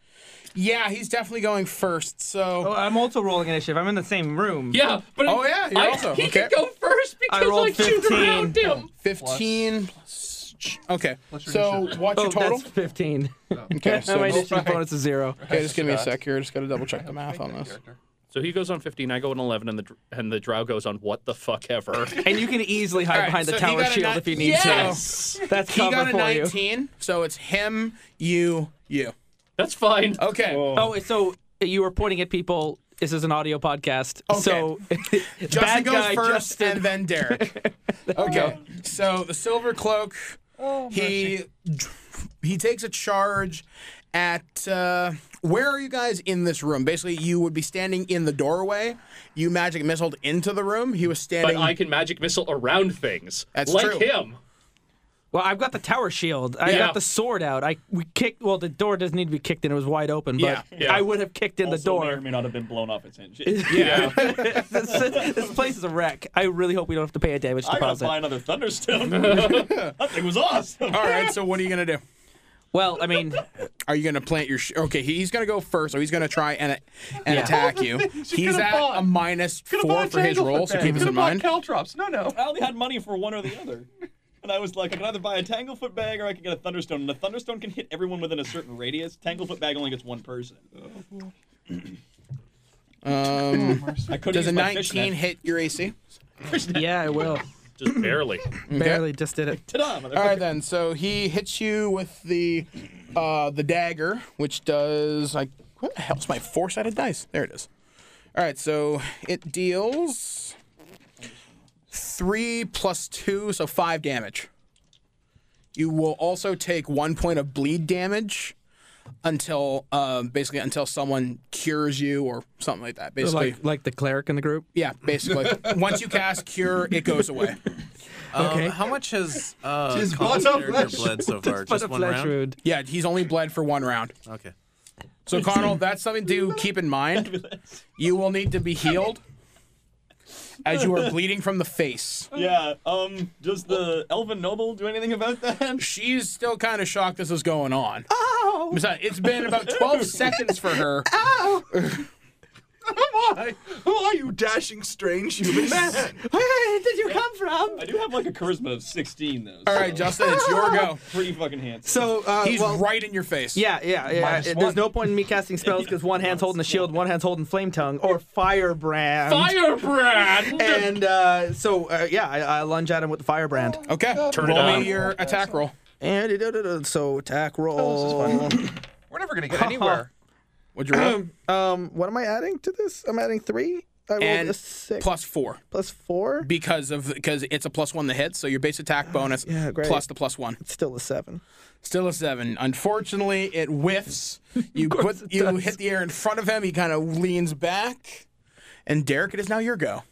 Speaker 1: yeah, he's definitely going first, so.
Speaker 7: Oh, I'm also rolling initiative. I'm in the same room.
Speaker 6: Yeah, but
Speaker 1: Oh,
Speaker 6: I-
Speaker 1: yeah, you're
Speaker 6: I-
Speaker 1: also-
Speaker 6: he
Speaker 1: okay.
Speaker 6: could go first because I,
Speaker 7: rolled
Speaker 6: chewed
Speaker 7: 15.
Speaker 6: around him.
Speaker 1: 15 plus. Okay. So, what's
Speaker 7: Oh,
Speaker 1: your total?
Speaker 7: that's 15.
Speaker 1: Okay, so.
Speaker 7: My
Speaker 1: Okay,
Speaker 7: initiative bonus is zero.
Speaker 1: just give me a sec here. Just gotta double check the math on this.
Speaker 6: So he goes on 15, I go on 11, and the dr- and the drow goes on what the fuck ever.
Speaker 7: And you can easily hide
Speaker 1: right,
Speaker 7: behind
Speaker 1: so
Speaker 7: the
Speaker 1: he
Speaker 7: tower
Speaker 1: got a
Speaker 7: shield
Speaker 1: ni-
Speaker 7: if you need
Speaker 1: Yes!
Speaker 7: to. That's
Speaker 1: He
Speaker 7: cover
Speaker 1: got a
Speaker 7: for
Speaker 1: 19, so it's him, you, you.
Speaker 6: That's fine.
Speaker 1: Okay.
Speaker 7: you. Oh, so you were pointing at people. This is an audio podcast. So
Speaker 1: Justin
Speaker 7: bad
Speaker 1: goes
Speaker 7: guy
Speaker 1: first,
Speaker 7: Justin.
Speaker 1: and then Derek. okay, so the silver cloak. he he takes a charge at. Uh, where are you guys in this room? Basically, you would be standing in the doorway. You magic missiled into the room. He was
Speaker 6: But
Speaker 1: standing.
Speaker 6: I can magic missile around things.
Speaker 1: That's
Speaker 6: like
Speaker 1: true.
Speaker 6: him.
Speaker 7: Well, I've got the tower shield. I
Speaker 6: Yeah.
Speaker 7: got the sword out. I we kicked. Well, the door doesn't need to be kicked in. It was wide open. But
Speaker 1: Yeah,
Speaker 6: yeah.
Speaker 7: I would have kicked in the
Speaker 3: May or
Speaker 7: door.
Speaker 3: may not have been blown off its hinge. Yeah.
Speaker 7: this, this place is a wreck. I really hope we don't have to pay a damage
Speaker 3: I gotta
Speaker 7: deposit.
Speaker 3: buy another thunderstorm. that thing was awesome.
Speaker 1: All right. So what are you gonna do?
Speaker 7: Well, I mean,
Speaker 1: Are you gonna plant your? Sh- okay, he's gonna go first, so he's gonna try and and
Speaker 7: Yeah.
Speaker 1: attack you. He's
Speaker 2: could've
Speaker 1: at
Speaker 2: bought-
Speaker 1: a minus four
Speaker 2: bought
Speaker 1: for his
Speaker 2: Tangleford
Speaker 1: roll, so
Speaker 2: back.
Speaker 1: keep this
Speaker 2: Could've
Speaker 1: in
Speaker 2: bought
Speaker 1: mind.
Speaker 2: Caltrops. No, no.
Speaker 3: I only had money for one or the other. And I was like, I can either buy a Tanglefoot bag or I can get a Thunderstone. And a Thunderstone can hit everyone within a certain radius. Tanglefoot bag only gets one person.
Speaker 1: Um,
Speaker 3: I couldn't
Speaker 1: does a
Speaker 3: use my
Speaker 1: 19
Speaker 3: fishnet.
Speaker 1: hit your AC?
Speaker 7: yeah, I will.
Speaker 6: Just barely.
Speaker 7: Barely just did it.
Speaker 3: Ta-da, motherfucker.
Speaker 1: All right, then. So he hits you with the uh, the dagger, which does like what the hell's my four sided dice? There it is. All right, so it deals three plus two, so five damage. You will also take one point of bleed damage until um, basically until someone cures you or something like that. Basically,
Speaker 7: Like like the cleric in the group.
Speaker 1: yeah, basically. Once you cast cure, it goes away.
Speaker 10: Um,
Speaker 7: Okay.
Speaker 10: How much has uh,
Speaker 2: Just
Speaker 10: Colin's
Speaker 2: bought a
Speaker 10: character
Speaker 2: flesh
Speaker 10: bled so far?
Speaker 7: But
Speaker 10: Just
Speaker 7: a
Speaker 10: one
Speaker 7: flesh
Speaker 10: round.
Speaker 7: wound.
Speaker 1: Yeah, he's only bled for one round.
Speaker 10: Okay.
Speaker 1: So, Connell, that's something to keep in mind. You will need to be healed as you are bleeding from the face.
Speaker 3: Yeah, um, does the Elven Noble do anything about that?
Speaker 1: She's still kind of shocked this is going on. Oh! Besides, it's been about 12 seconds for her.
Speaker 2: Why? Who are you, dashing strange human man?
Speaker 7: Where did you come from?
Speaker 3: I do have like a charisma of 16, though.
Speaker 1: All right, Justin, it's your go.
Speaker 3: Pretty fucking handsome.
Speaker 7: So uh,
Speaker 1: He's
Speaker 7: well,
Speaker 1: right in your face.
Speaker 7: Yeah, yeah, yeah.
Speaker 2: Minus
Speaker 7: There's
Speaker 2: one.
Speaker 7: no point in me casting spells because one hand's holding the shield, one hand's holding flame tongue or firebrand.
Speaker 6: Firebrand!
Speaker 7: And uh, so, uh, yeah, I, I lunge at him with the firebrand.
Speaker 1: Okay.
Speaker 6: Turn it
Speaker 1: roll
Speaker 6: on.
Speaker 1: me your attack roll.
Speaker 7: And it- it- it- so attack roll.
Speaker 4: We're never gonna get anywhere.
Speaker 1: What'd you roll?
Speaker 7: um, what am I adding to this? I'm adding three. I rolled
Speaker 1: And
Speaker 7: a six
Speaker 1: plus four
Speaker 7: plus four.
Speaker 1: because of because it's a plus one to hit, so your base attack bonus
Speaker 7: Yeah, great.
Speaker 1: plus the plus one.
Speaker 7: Still a seven.
Speaker 1: Still a seven. Unfortunately, it whiffs. You put you hit the air in front of him. He kind of leans back, and Derek, it is now your go.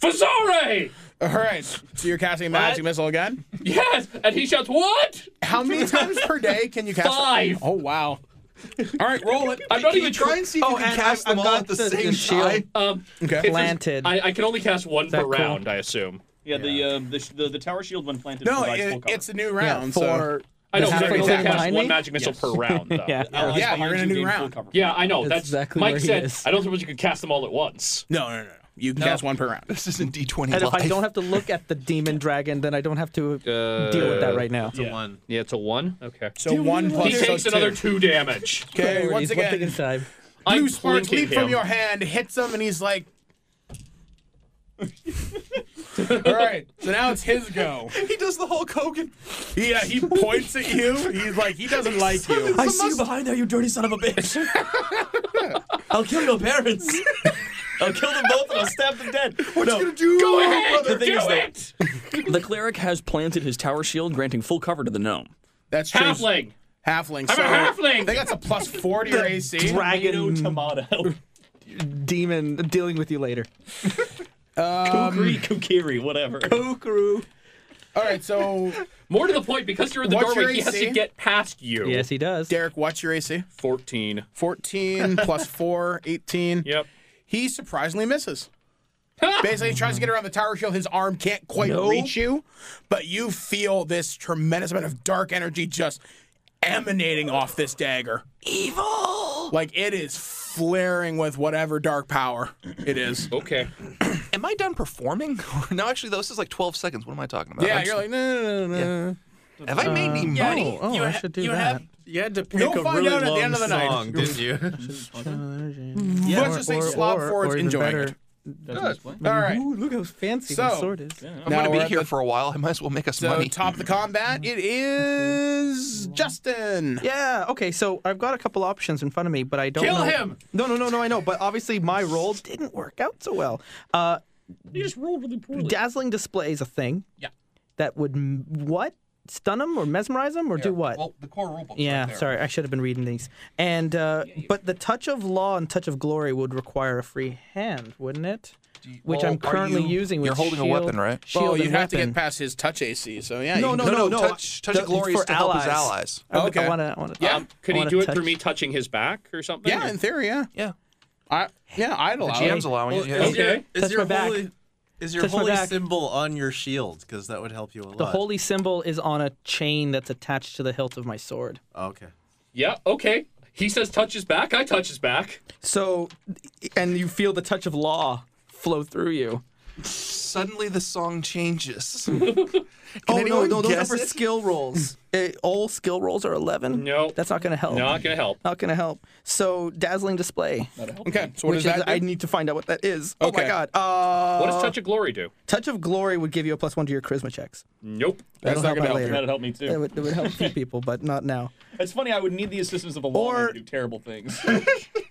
Speaker 6: Fazare!
Speaker 1: All right, so you're casting a magic missile again.
Speaker 6: Yes! And he shouts, What?
Speaker 1: How many times per day can you cast? it?
Speaker 6: Five.
Speaker 1: Oh wow! All right, roll it.
Speaker 6: I'm not
Speaker 2: Can you
Speaker 6: even
Speaker 2: try
Speaker 6: trying.
Speaker 2: and see if you can
Speaker 7: Oh, and
Speaker 2: cast
Speaker 7: I've-
Speaker 2: them
Speaker 7: I've
Speaker 2: all
Speaker 7: got
Speaker 2: at the
Speaker 7: the-
Speaker 2: same
Speaker 7: the shield.
Speaker 2: time?
Speaker 6: Um,
Speaker 1: Okay.
Speaker 6: if there's-
Speaker 7: Planted.
Speaker 6: I, I can only cast one per
Speaker 7: that cool?
Speaker 6: round, I assume.
Speaker 3: yeah, the, uh, the, the, the tower shield when planted
Speaker 1: No,
Speaker 3: provides full
Speaker 1: it,
Speaker 3: cover.
Speaker 1: it's a new round.
Speaker 7: Four.
Speaker 6: I know, but I
Speaker 7: Is that
Speaker 6: can only
Speaker 7: exactly
Speaker 6: cast
Speaker 7: behind
Speaker 6: one
Speaker 7: me?
Speaker 6: magic missile per round, though.
Speaker 7: Yeah.
Speaker 3: Allies
Speaker 1: Yeah,
Speaker 3: fighting
Speaker 1: you're in a
Speaker 3: two
Speaker 1: new
Speaker 3: gain full
Speaker 1: round.
Speaker 3: cover.
Speaker 6: Yeah, I know. That's,
Speaker 7: exactly
Speaker 6: Mike
Speaker 7: where he
Speaker 6: said,
Speaker 7: is.
Speaker 6: I don't suppose you could cast them all at once.
Speaker 1: So. No, no, no, no. You can cast one per round.
Speaker 2: This isn't D20
Speaker 7: And if
Speaker 2: life.
Speaker 7: I don't have to look at the demon dragon, then I don't have to deal with that right now.
Speaker 10: The one.
Speaker 6: Yeah, it's a one? Okay.
Speaker 1: So one plus.
Speaker 6: He takes
Speaker 1: so
Speaker 6: another
Speaker 1: Two.
Speaker 6: two damage.
Speaker 1: Okay, once
Speaker 7: Priorities, one thing
Speaker 1: again,
Speaker 7: at a time.
Speaker 6: I'm
Speaker 1: blue sparks
Speaker 6: blinking
Speaker 1: leap from
Speaker 6: him.
Speaker 1: your hand, hits him, and he's like, All right, so now it's his go.
Speaker 4: He does the Hulk Hogan.
Speaker 1: Yeah, he points at you. He's like, he doesn't like you.
Speaker 3: I see you behind there, you dirty son of a bitch. I'll kill your parents. I'll kill them both and I'll stab them dead. What no, you gonna do?
Speaker 6: Go ahead,
Speaker 3: The thing
Speaker 6: do
Speaker 3: is that-
Speaker 6: it.
Speaker 3: The cleric has planted his tower shield, granting full cover to the gnome.
Speaker 1: That's true.
Speaker 6: Halfling.
Speaker 1: Halfling.
Speaker 6: I'm
Speaker 1: so
Speaker 6: a halfling.
Speaker 1: I think that's a plus four to your AC.
Speaker 3: Tomato,
Speaker 7: Dragon
Speaker 3: tomato.
Speaker 7: demon dealing with you later.
Speaker 3: Kukri, kukiri, whatever.
Speaker 7: Kukuru.
Speaker 1: All right, so
Speaker 6: More to the point, because you're in the
Speaker 1: What's your
Speaker 6: doorway, he has
Speaker 1: AC?
Speaker 6: to get past you.
Speaker 7: Yes, he does.
Speaker 1: Derek, what's your AC?
Speaker 6: 14.
Speaker 1: 14 plus 4, 18.
Speaker 6: Yep.
Speaker 1: He surprisingly misses.
Speaker 6: Ha!
Speaker 1: Basically, he tries to get around the tower shield. His arm can't quite reach you, but you feel this tremendous amount of dark energy just emanating off this dagger. Evil! Like it is flaring with whatever dark power it is.
Speaker 6: Okay.
Speaker 4: Am I done performing? no, actually, though, this is like 12 seconds. What am I talking about?
Speaker 1: Yeah,
Speaker 4: I'm
Speaker 1: you're like,
Speaker 4: just-
Speaker 1: no, no, no, no.
Speaker 4: Have I made
Speaker 5: um,
Speaker 4: any money?
Speaker 7: Oh, I should do
Speaker 10: you
Speaker 7: that.
Speaker 10: Have, you had to pick
Speaker 1: You'll
Speaker 10: a
Speaker 1: find
Speaker 10: really
Speaker 1: out at the
Speaker 10: long
Speaker 1: end of the night.
Speaker 10: song, didn't you?
Speaker 7: Yeah,
Speaker 1: Let's just say Slob Ford's
Speaker 7: even
Speaker 1: enjoying
Speaker 7: better-
Speaker 1: it.
Speaker 7: All
Speaker 1: right.
Speaker 7: Ooh, look how fancy
Speaker 1: So-
Speaker 7: this sword is.
Speaker 4: I'm going
Speaker 1: Now
Speaker 4: to
Speaker 1: we're
Speaker 4: be
Speaker 1: at
Speaker 4: here
Speaker 1: the-
Speaker 4: for a while. I might as well make us
Speaker 1: So,
Speaker 4: money.
Speaker 1: uh, top of the combat, it is Justin.
Speaker 7: Yeah. Okay. So I've got a couple options in front of me, but I don't.
Speaker 6: Kill
Speaker 7: know-
Speaker 6: him!
Speaker 7: No, no, no, no. I know, but obviously my rolls didn't work out so well. Uh,
Speaker 3: You just rolled really poorly.
Speaker 7: dazzling display is a thing.
Speaker 6: Yeah.
Speaker 7: That would m- what stun him or mesmerize him or do what?
Speaker 12: Well, the core rulebook.
Speaker 7: yeah.
Speaker 12: right there.
Speaker 7: sorry, I should have been reading these. And uh, but the touch of law and touch of glory would require a free hand, wouldn't it?
Speaker 4: you-
Speaker 7: Which
Speaker 4: well, are
Speaker 7: I'm currently
Speaker 4: you-
Speaker 7: using. With
Speaker 4: you're holding a
Speaker 7: shield-
Speaker 4: weapon, right?
Speaker 7: Shield
Speaker 1: Well,
Speaker 7: and
Speaker 1: you'd have to
Speaker 7: weapon.
Speaker 1: get past his touch AC, so yeah. you
Speaker 7: No,
Speaker 1: can-
Speaker 7: no,
Speaker 4: no, no,
Speaker 7: no.
Speaker 4: touch- touch of
Speaker 7: the-
Speaker 4: glory is
Speaker 7: for
Speaker 4: to help his allies.
Speaker 7: I would-
Speaker 1: Okay.
Speaker 7: I want to. I want to.
Speaker 6: Yeah. Could he do it
Speaker 7: touch.
Speaker 6: through me touching his back or something?
Speaker 1: Yeah, in theory, yeah.
Speaker 4: yeah.
Speaker 1: I, yeah, I'd allow it.
Speaker 4: GM's allowing it. Yeah.
Speaker 10: Is your- is
Speaker 7: Touch
Speaker 10: your
Speaker 7: my back.
Speaker 10: holy, is your
Speaker 7: Touch my
Speaker 10: holy
Speaker 7: back.
Speaker 10: symbol on your shield? Because that would help you a lot.
Speaker 7: The holy symbol is on a chain that's attached to the hilt of my sword.
Speaker 10: Okay.
Speaker 6: Yeah, okay. He says touch his back. I touch his back.
Speaker 7: So, and you feel the touch of law flow through you.
Speaker 4: Suddenly the song changes. Can
Speaker 7: oh no,
Speaker 4: anyone
Speaker 7: no, those are
Speaker 4: guess
Speaker 7: for
Speaker 4: it?
Speaker 7: skill rolls. Eh, all skill rolls are eleven.
Speaker 6: No.
Speaker 7: that's not gonna help.
Speaker 6: Not gonna help.
Speaker 7: Not gonna help. So dazzling display,
Speaker 1: Okay, so what does
Speaker 7: which
Speaker 1: that
Speaker 7: is
Speaker 1: do?
Speaker 7: I need to find out what that is. Oh my
Speaker 1: Okay.
Speaker 7: god. Uh,
Speaker 6: What does touch of glory do?
Speaker 7: touch of glory would give you a plus one to your charisma checks.
Speaker 6: Nope.
Speaker 1: That's
Speaker 7: That'll
Speaker 1: not
Speaker 7: help
Speaker 1: gonna
Speaker 7: out
Speaker 1: help.
Speaker 7: later.
Speaker 3: That'd help me too.
Speaker 7: It would, it would help a few people, but not now.
Speaker 3: It's funny. I would need the assistance of a lawyer
Speaker 7: Or-
Speaker 3: to do terrible things.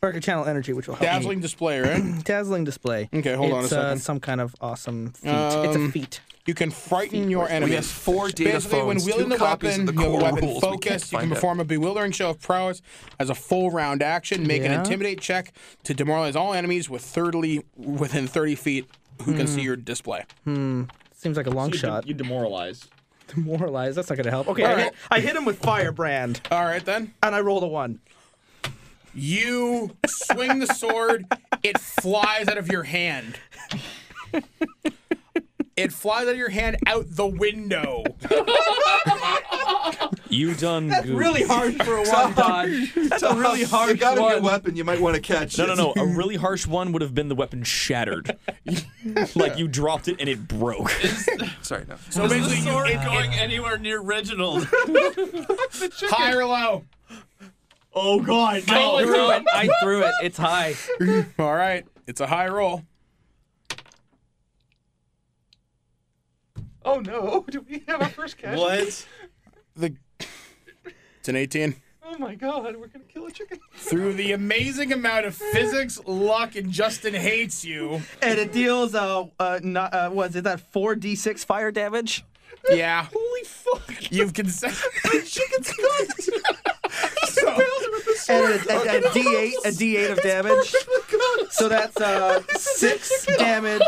Speaker 7: Or I could channel energy, which will help. me.
Speaker 1: Dazzling display, right?
Speaker 7: dazzling display.
Speaker 1: Okay, hold on a
Speaker 7: it's, Uh,
Speaker 1: second. Um,
Speaker 7: some kind of awesome feat. it's a feat.
Speaker 1: You can frighten your
Speaker 4: We
Speaker 1: enemies.
Speaker 4: have four data
Speaker 1: Basically, when
Speaker 4: phones,
Speaker 1: wielding
Speaker 4: two
Speaker 1: the
Speaker 4: copies
Speaker 1: weapon,
Speaker 4: of
Speaker 1: you
Speaker 4: the
Speaker 1: have a
Speaker 4: core
Speaker 1: weapon
Speaker 4: rules. We can't
Speaker 1: focused. You can
Speaker 4: find it.
Speaker 1: perform a bewildering show of prowess as a full round action. Make an
Speaker 7: Yeah.
Speaker 1: intimidate check to demoralize all enemies with 30, within 30 feet who can
Speaker 4: Hmm.
Speaker 1: see your display.
Speaker 7: Seems like a long shot.
Speaker 3: You demoralize.
Speaker 7: Demoralize. That's not gonna help. Okay, I, hit, I hit him with firebrand,
Speaker 1: All right, then.
Speaker 7: and I rolled a one.
Speaker 1: You swing the sword, it flies out of your hand. It flies out of your hand out the window.
Speaker 3: You done goofed.
Speaker 7: hard for a one dodge. That's a really
Speaker 4: you
Speaker 7: hard
Speaker 4: got a
Speaker 7: one.
Speaker 4: new weapon. You might want to catch
Speaker 3: No,
Speaker 4: it.
Speaker 3: no, no. A really harsh one would have been the weapon shattered. like you dropped it and it broke.
Speaker 4: Sorry, no.
Speaker 1: So basically, you,
Speaker 10: Sword
Speaker 1: it,
Speaker 10: going anywhere near Reginald.
Speaker 1: high or low.
Speaker 3: oh God!
Speaker 6: Oh, it's
Speaker 7: threw
Speaker 6: not-
Speaker 7: it. I threw it. It's high.
Speaker 1: All right, it's a high roll.
Speaker 12: Oh no! Do we have our first catch?
Speaker 10: what?
Speaker 1: The it's an 18.
Speaker 12: Oh my god! We're gonna kill a chicken.
Speaker 1: Through the amazing amount of physics, luck, and Justin hates you.
Speaker 7: And it deals uh uh, not, uh was it that four d six fire damage?
Speaker 1: Yeah. Holy fuck! You've consent. chicken's so,
Speaker 7: And a, a, a d eight a d eight of damage. So that's uh six damage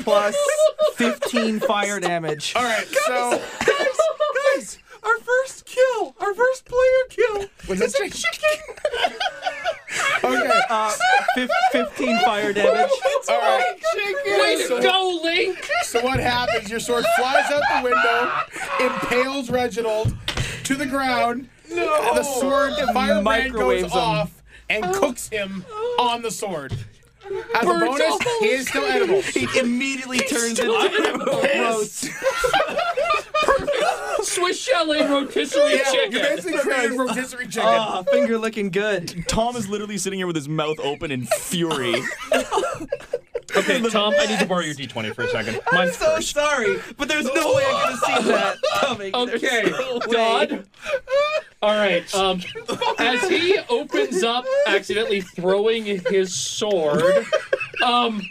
Speaker 7: plus fifteen fire damage.
Speaker 1: all right. So
Speaker 4: Guys, our first kill, our first player kill.
Speaker 1: was it chicken? okay.
Speaker 7: Uh, fif- 15 fire damage.
Speaker 1: all right.
Speaker 6: Way to go, Link!
Speaker 1: So what happens? Your sword flies out the window, impales Reginald to the ground. No. The sword firebrand goes
Speaker 7: Microwaves him.
Speaker 1: off and cooks him on the sword. As a bonus, he is still edible.
Speaker 7: He immediately turns into a roast.
Speaker 6: Swiss chalet rotisserie
Speaker 1: Yeah, you
Speaker 6: chicken.
Speaker 1: basically created rotisserie chicken.
Speaker 7: Ah, finger looking good.
Speaker 3: Tom is literally sitting here with his mouth open in fury.
Speaker 6: Okay, Tom, I need to borrow your d20 for a second. Mine
Speaker 8: I'm so
Speaker 6: first.
Speaker 8: sorry, but there's no way I could have seen that coming.
Speaker 6: Okay,
Speaker 8: There's no way.
Speaker 6: Dodd. All right. Um, as he opens up, accidentally throwing his sword, um,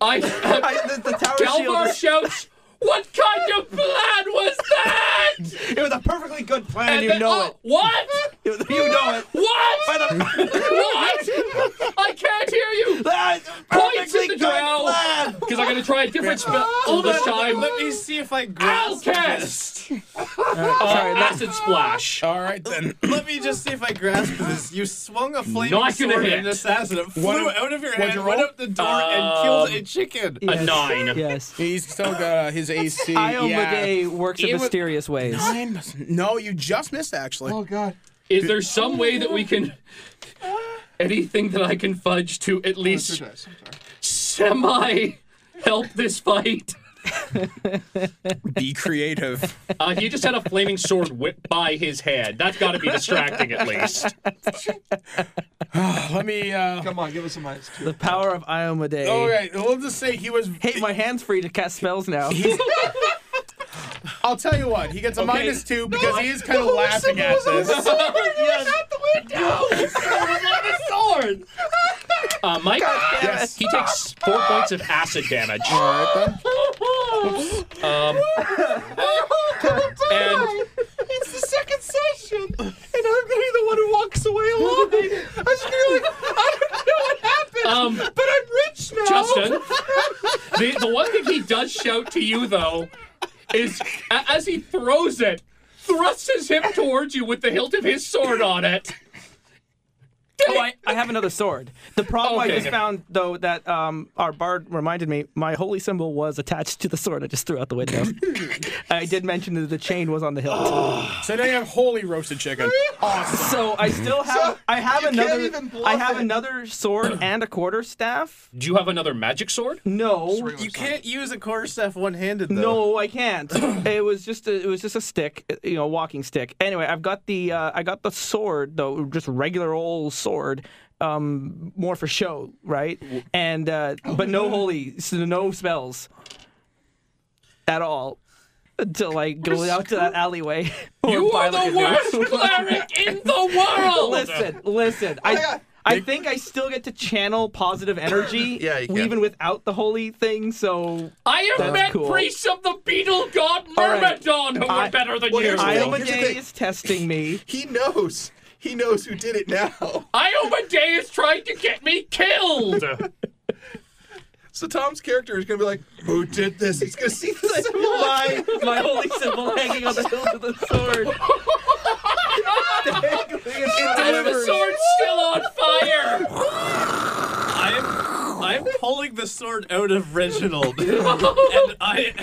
Speaker 6: I,
Speaker 8: I, the, the tower shield.
Speaker 6: Galvar
Speaker 8: Is,
Speaker 6: shouts, "What kind of plan was that?"
Speaker 8: it was a perfectly good plan.
Speaker 6: And
Speaker 8: you
Speaker 6: then-
Speaker 8: know
Speaker 6: oh, What?
Speaker 8: it. You know it.
Speaker 6: What?
Speaker 8: By the
Speaker 6: What? I can't hear you.
Speaker 8: That's a
Speaker 6: Point to
Speaker 8: perfectly
Speaker 6: the
Speaker 8: good
Speaker 6: drow.
Speaker 8: plan.
Speaker 6: Because I'm gonna try a different spell this time.
Speaker 5: Let me see if I grasp.
Speaker 6: Outcast. Uh,
Speaker 8: Sorry, that-
Speaker 6: acid splash.
Speaker 1: All right then.
Speaker 5: Let me just see if I grasp this. You swung a flaming
Speaker 6: Not gonna
Speaker 5: sword
Speaker 6: hit.
Speaker 5: at an assassin. It flew
Speaker 1: What-
Speaker 5: out of your
Speaker 1: what'd
Speaker 5: hand,
Speaker 1: you
Speaker 5: went
Speaker 1: roll?
Speaker 5: up the door, and killed a chicken.
Speaker 6: A nine.
Speaker 8: Yes.
Speaker 1: He's still got uh, his AC.
Speaker 7: Io
Speaker 1: yeah.
Speaker 7: Made works in
Speaker 1: It was-
Speaker 7: mysterious ways.
Speaker 1: Nine? No, you just missed actually.
Speaker 9: Oh God.
Speaker 6: Is there some way that we can anything that I can fudge to at least
Speaker 9: Two dice, I'm sorry.
Speaker 6: semi help this fight?
Speaker 1: Be creative.
Speaker 6: Uh, he just had a flaming sword whipped by his head. That's got to be distracting at least.
Speaker 1: Let me. Uh,
Speaker 9: Come on, give us some eyes.
Speaker 7: The power of Iomade.
Speaker 1: all right. We'll just say he was.
Speaker 7: Hey, my hand's free to cast spells now.
Speaker 1: I'll tell you what. He gets a
Speaker 6: Okay.
Speaker 1: minus two because he is kind of laughing at
Speaker 6: Oh
Speaker 1: this.
Speaker 6: Uh, Mike, yes. he takes four points of acid damage. Um, and
Speaker 5: It's the second session, and I'm gonna be the one who walks away alive. I'm just gonna be like, I don't know what happened,
Speaker 6: um,
Speaker 5: but I'm rich now.
Speaker 6: Justin, the, the one thing he does shout to you though is a- as he throws it, thrusts his hip towards you with the hilt of his sword on it.
Speaker 7: Oh, I, I have another sword. The problem I
Speaker 6: Okay.
Speaker 7: just found, though, that um, our bard reminded me, my holy symbol was attached to the sword I just threw out the window. I did mention that the chain was on the hilt,
Speaker 1: So now you have holy roasted chicken. Awesome.
Speaker 7: so I still have. I have another.
Speaker 9: even bluff
Speaker 7: I have
Speaker 9: it.
Speaker 7: another sword and a quarter staff.
Speaker 6: Do you have another magic sword?
Speaker 7: No,
Speaker 5: You can't use a quarterstaff one-handed though.
Speaker 7: no, I can't. it was just a, it was just a stick, you know, walking stick. Anyway, I've got the uh, I got the sword though, just regular old sword. Um, more for show, right? And uh,
Speaker 5: Oh,
Speaker 7: but no holy, so no spells at all until I go out to that alleyway. or
Speaker 6: You are
Speaker 7: Violet
Speaker 6: the
Speaker 7: Hill.
Speaker 6: worst cleric in the world.
Speaker 7: Listen, listen.
Speaker 5: Oh
Speaker 7: I I think I still get to channel positive energy,
Speaker 5: Yeah, you can.
Speaker 7: even without the holy thing. So
Speaker 6: I have
Speaker 7: That's
Speaker 6: met
Speaker 7: cool.
Speaker 6: priests of the beetle god
Speaker 7: All right.
Speaker 6: Myrmidon who were
Speaker 7: I-
Speaker 6: better than
Speaker 5: Well,
Speaker 6: you.
Speaker 5: here's the thing.
Speaker 7: Iomade is testing me.
Speaker 5: He knows. He knows who did it now.
Speaker 6: Iomaday is trying to get me killed.
Speaker 5: So Tom's character is gonna be like, "Who did this?" He's gonna see the symbol.
Speaker 7: my, my holy symbol hanging on the hilt of the sword.
Speaker 6: and the sword's still on fire.
Speaker 5: I'm, I'm pulling the sword out of Reginald, and I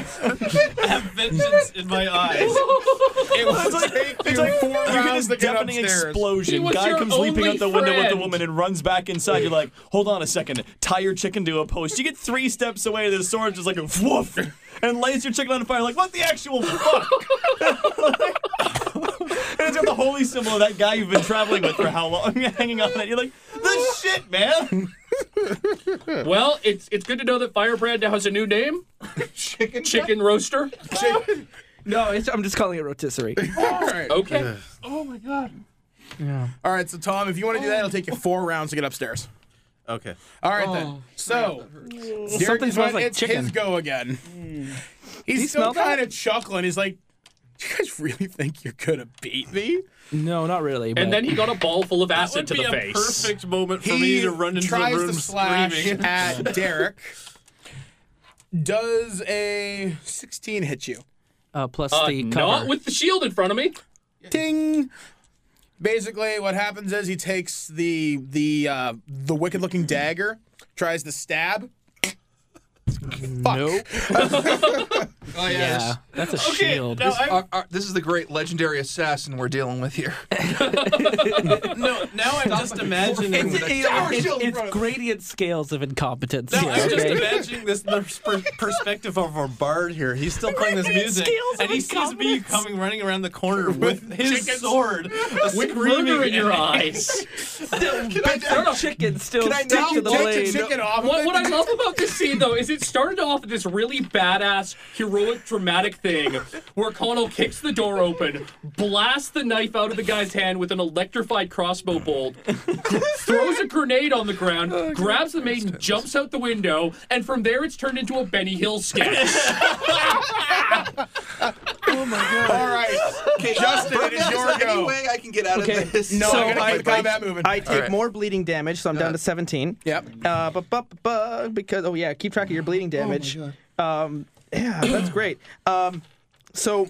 Speaker 5: have vengeance in my eyes. It was like,
Speaker 1: It's like four rounds to get
Speaker 3: deafening
Speaker 1: upstairs.
Speaker 6: He
Speaker 3: explosion.
Speaker 6: was
Speaker 3: Guy
Speaker 6: your
Speaker 3: comes leaping
Speaker 6: only
Speaker 3: out the window with the
Speaker 6: friend.
Speaker 3: woman and runs back inside. You're like, hold on a second. Tie your chicken to a post. You get three steps away, the sword just like woof and lays your chicken on fire. Like, what the actual fuck? and it's got the holy symbol of that guy you've been traveling with for how long? hanging on it. You're like, this shit, man.
Speaker 6: Well, it's it's good to know that Firebrand now has a new name. Chicken Chicken Roaster.
Speaker 7: No, it's, I'm just calling it rotisserie.
Speaker 6: Okay.
Speaker 9: Oh my God.
Speaker 1: All right. So Tom, if you want to do that, it'll take you four rounds to get upstairs.
Speaker 5: okay.
Speaker 1: All right then.
Speaker 5: Oh,
Speaker 1: So Derek
Speaker 7: Something
Speaker 1: is
Speaker 7: smells
Speaker 1: on-
Speaker 7: like
Speaker 1: it's
Speaker 7: chicken.
Speaker 1: his go again. He's
Speaker 7: you
Speaker 1: still
Speaker 7: smell that?
Speaker 1: kind of chuckling. He's like, "Do you guys really think you're gonna beat me?"
Speaker 7: No, not really. But
Speaker 6: And then he got a ball full of acid
Speaker 5: Would
Speaker 6: to
Speaker 5: be
Speaker 6: the
Speaker 5: a
Speaker 6: face.
Speaker 5: perfect moment for me to run into
Speaker 1: tries
Speaker 5: the room
Speaker 1: to slash
Speaker 5: screaming.
Speaker 1: at Derek. Does a 16 hit you?
Speaker 7: uh, plus
Speaker 6: Uh,
Speaker 7: the cover.
Speaker 6: not with the shield in front of me.
Speaker 1: Ding. Basically, what happens is he takes the the uh, the wicked looking dagger, tries to stab. Fuck.
Speaker 7: Nope.
Speaker 9: Oh yeah.
Speaker 7: Yeah.
Speaker 9: this-
Speaker 13: That's a
Speaker 5: Okay,
Speaker 13: shield.
Speaker 5: now I'm,
Speaker 4: Oh, Our- our- this is the great legendary assassin we're dealing with here.
Speaker 5: no, now I'm just imagining.
Speaker 4: It's-
Speaker 5: that-
Speaker 4: it's- Tower
Speaker 13: it's,
Speaker 4: shield,
Speaker 13: it's
Speaker 4: bro.
Speaker 13: gradient scales of incompetence.
Speaker 5: No,
Speaker 13: here,
Speaker 5: I'm just
Speaker 13: okay?
Speaker 5: imagining this the pers- perspective of our bard here. He's still playing this music,
Speaker 13: Scales
Speaker 5: and
Speaker 13: of
Speaker 5: he sees me
Speaker 13: incompetence.
Speaker 5: coming running around the corner with his sword, a
Speaker 6: With
Speaker 5: screaming
Speaker 6: murder in your
Speaker 5: and-
Speaker 6: eyes.
Speaker 8: Big third chicken still
Speaker 1: Can I
Speaker 8: stuck
Speaker 1: now
Speaker 8: to the
Speaker 1: take the
Speaker 8: blade.
Speaker 1: chicken off? of
Speaker 6: What,
Speaker 1: it?
Speaker 6: what I love about this scene, though, is it started off this really badass, heroic, dramatic thing where Connell kicks the door open, blasts the knife out of the guy's hand with an electrified crossbow bolt, gr- throws a grenade on the ground,
Speaker 7: Oh,
Speaker 6: grabs the maiden, jumps out the window, and from there it's turned into a Benny Hill sketch.
Speaker 1: All right.
Speaker 4: Okay,
Speaker 1: Justin, it
Speaker 4: Bert,
Speaker 1: is
Speaker 4: is
Speaker 1: your
Speaker 4: there any
Speaker 1: go.
Speaker 4: way I can get out
Speaker 7: Okay.
Speaker 4: of this?
Speaker 1: No,
Speaker 7: So
Speaker 1: I'm gonna
Speaker 7: I-
Speaker 1: keep the combat moving.
Speaker 7: I take
Speaker 4: right.
Speaker 7: more bleeding damage, so I'm down to 17.
Speaker 1: Yep.
Speaker 7: Uh, but, but, but because oh yeah, keep track of your bleeding damage. um, yeah, that's great. Um, so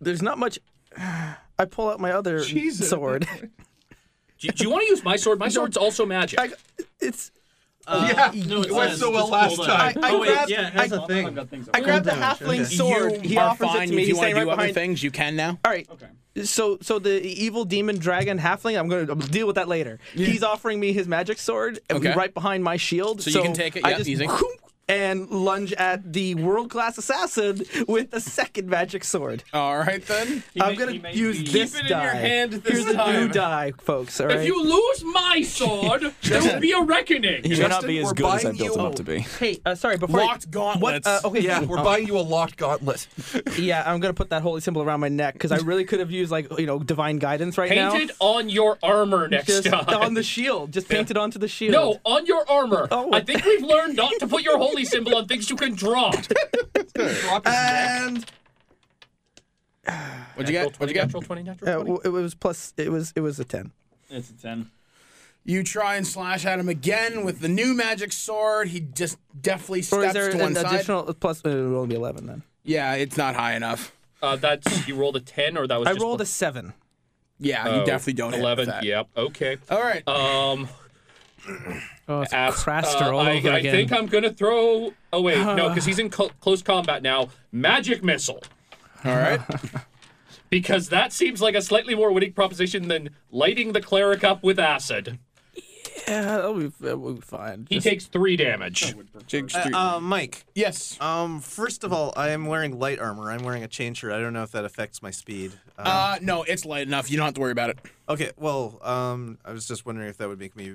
Speaker 7: there's not much. I pull out my other sword.
Speaker 6: do, you- do you want to use my sword? My sword's also magic.
Speaker 7: I, it's
Speaker 1: Uh,
Speaker 5: Yeah, no,
Speaker 4: it went so well last time.
Speaker 7: I- I
Speaker 5: oh, wait,
Speaker 7: grabbed-
Speaker 5: yeah, it has
Speaker 7: I-
Speaker 5: a thing.
Speaker 7: I grabbed the halfling sword.
Speaker 1: You
Speaker 7: he
Speaker 1: are
Speaker 7: offers
Speaker 1: fine
Speaker 7: it to me.
Speaker 1: if you
Speaker 7: He's
Speaker 1: want to
Speaker 7: standing
Speaker 1: do
Speaker 7: right
Speaker 1: other
Speaker 7: behind.
Speaker 1: things. You can now.
Speaker 7: All right. So, so the evil demon dragon halfling. I'm gonna deal with that later. He's offering me his magic sword and
Speaker 1: Okay.
Speaker 7: right behind my shield. So,
Speaker 1: you can take it,
Speaker 7: I
Speaker 1: yeah,
Speaker 7: just
Speaker 1: easy.
Speaker 7: and lunge at the world class assassin with the second magic sword.
Speaker 1: All right then.
Speaker 7: I'm gonna use this
Speaker 5: Keep it in
Speaker 7: die.
Speaker 5: your hand this
Speaker 7: Here's a new
Speaker 5: time.
Speaker 7: die, folks. All right.
Speaker 6: If you lose my sword, there will be a reckoning.
Speaker 3: He may not be
Speaker 4: Justin,
Speaker 3: as
Speaker 4: we're
Speaker 3: good as I
Speaker 4: buying
Speaker 3: built him
Speaker 4: you-
Speaker 3: up to be.
Speaker 7: hey, uh, sorry. Before I-
Speaker 1: Locked gauntlets.
Speaker 7: what? Uh, okay.
Speaker 4: Yeah, we're buying you a locked gauntlet.
Speaker 7: Yeah, I'm gonna put that holy symbol around my neck because I really could have used like you know divine guidance right now.
Speaker 6: Painted on your armor next
Speaker 7: just
Speaker 6: time.
Speaker 7: on the shield. Just painted onto the shield.
Speaker 6: No, on your armor.
Speaker 7: Oh.
Speaker 6: I think we've learned not to put your holy symbol on things you can draw.
Speaker 4: Drop his neck.
Speaker 7: And
Speaker 1: What'd you get? What'd you get?
Speaker 6: Natural 20,
Speaker 7: uh,
Speaker 6: natural 20.
Speaker 7: w- it was plus. It was. It was a ten.
Speaker 13: It's a ten.
Speaker 1: You try and slash at him again with the new magic sword. He just deftly
Speaker 7: Or is
Speaker 1: steps
Speaker 7: there
Speaker 1: to
Speaker 7: an
Speaker 1: one side.
Speaker 7: additional uh, plus? It would only be eleven then.
Speaker 1: Yeah, it's not high enough.
Speaker 6: Uh, that's you rolled a 10 or that was
Speaker 7: I
Speaker 6: just
Speaker 7: rolled a seven.
Speaker 1: Yeah,
Speaker 6: Oh,
Speaker 1: you definitely don't hit
Speaker 6: 11.
Speaker 1: that.
Speaker 6: Yep. Okay.
Speaker 1: All right.
Speaker 6: Um
Speaker 13: Oh, it's
Speaker 6: as-
Speaker 13: Craster
Speaker 6: uh,
Speaker 13: all
Speaker 6: I,
Speaker 13: over
Speaker 6: I
Speaker 13: again.
Speaker 6: think I'm going to throw Oh wait, no, cuz he's in cl- close combat now. Magic missile.
Speaker 1: All right.
Speaker 6: Because that seems like a slightly more winning proposition than lighting the cleric up with acid.
Speaker 7: Yeah, that'll be, that'll be fine.
Speaker 6: He takes 3 damage.
Speaker 1: Jig Street.
Speaker 10: Uh, Mike,
Speaker 1: yes.
Speaker 10: um, first of all, I am wearing light armor. I'm wearing a chain shirt. I don't know if that affects my speed. Uh,
Speaker 1: Uh, no, it's light enough. You don't have to worry about it.
Speaker 10: okay, well, um, I was just wondering if that would make me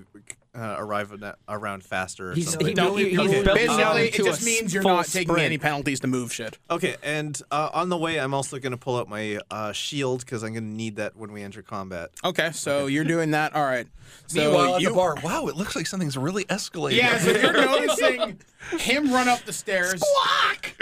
Speaker 10: uh, arrive at that- around faster or
Speaker 7: He's-
Speaker 10: something.
Speaker 7: he- Don't- he's
Speaker 10: okay.
Speaker 7: built
Speaker 1: Basically,
Speaker 7: down
Speaker 1: it
Speaker 7: to
Speaker 1: just
Speaker 7: a
Speaker 1: means you're
Speaker 7: full
Speaker 1: not taking
Speaker 7: sprint.
Speaker 1: any penalties to move shit.
Speaker 10: Okay, and uh, on the way, I'm also going to pull out my uh, shield because I'm going to need that when we enter combat.
Speaker 1: Okay, so you're doing that. All right. So
Speaker 4: Meanwhile, at
Speaker 1: you
Speaker 4: the bar, wow, it looks like something's really escalating.
Speaker 1: Yeah, so you're noticing him run up the stairs.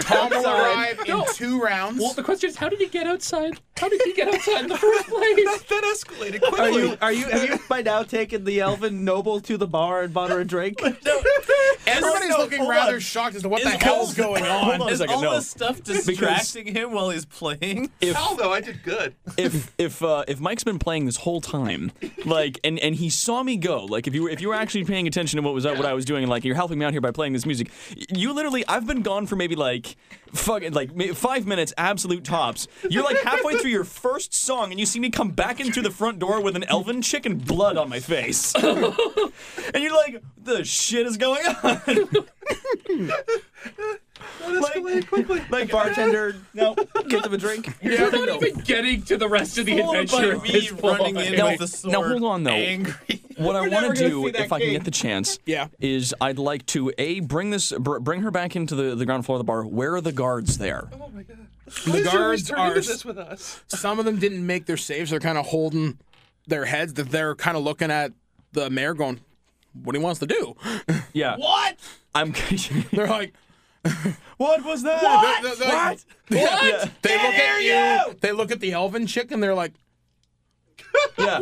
Speaker 1: Tom will arrive in two rounds.
Speaker 6: Well, the question is, how did he get outside? How did he get outside in the first place?
Speaker 4: that escalated
Speaker 7: Are
Speaker 4: quickly.
Speaker 7: you? Are you? Have you by now taken the elven noble to the bar and bought her a drink?
Speaker 1: Everybody's
Speaker 5: no,
Speaker 1: looking
Speaker 5: hold
Speaker 1: rather
Speaker 5: on.
Speaker 1: shocked as to what
Speaker 5: Is
Speaker 1: the hell's
Speaker 5: all-
Speaker 1: going
Speaker 5: Hold
Speaker 1: on.
Speaker 5: on,
Speaker 3: It's
Speaker 5: is
Speaker 3: like a
Speaker 5: all
Speaker 3: no.
Speaker 5: this stuff distracting him while he's playing?
Speaker 4: Hell no, I did good.
Speaker 3: if if uh, if Mike's been playing this whole time, like, and, and he saw me go, like, if you were if you were actually paying attention to what was what I was doing, like, you're helping me out here by playing this music, y- you literally, I've been gone for maybe like, fucking like ma- five minutes, absolute tops. You're like halfway through your first song, and you see me come back in through the front door with an elven chicken blood on my face, and you're like, the shit is going on. like, like
Speaker 7: Bartender,
Speaker 3: no.
Speaker 7: get them a drink.
Speaker 6: We're not even getting to the rest of the
Speaker 5: Followed
Speaker 6: adventure.
Speaker 5: by
Speaker 6: at
Speaker 5: me
Speaker 6: this point.
Speaker 5: running in
Speaker 3: Now-
Speaker 5: with the sword.
Speaker 3: now hold on, though.
Speaker 5: Angry.
Speaker 3: What I want to
Speaker 7: never gonna
Speaker 3: do,
Speaker 7: see that
Speaker 3: if I can
Speaker 7: cake.
Speaker 3: get the chance,
Speaker 1: Yeah.
Speaker 3: is I'd like to a bring this br- bring her back into the, the ground floor of the bar. Where are the guards there?
Speaker 1: The guards
Speaker 4: Turn
Speaker 1: are
Speaker 4: into this with us.
Speaker 1: some of them didn't make their saves. They're kind of holding their heads. That they're kind of looking at the mayor, going, "What he wants to do."
Speaker 3: Yeah,
Speaker 5: What?
Speaker 3: I'm.
Speaker 1: They're like,
Speaker 3: what was that?
Speaker 1: They're- they're- Yeah. They look at you, They look at the elven chick, and they're like,
Speaker 3: Yeah,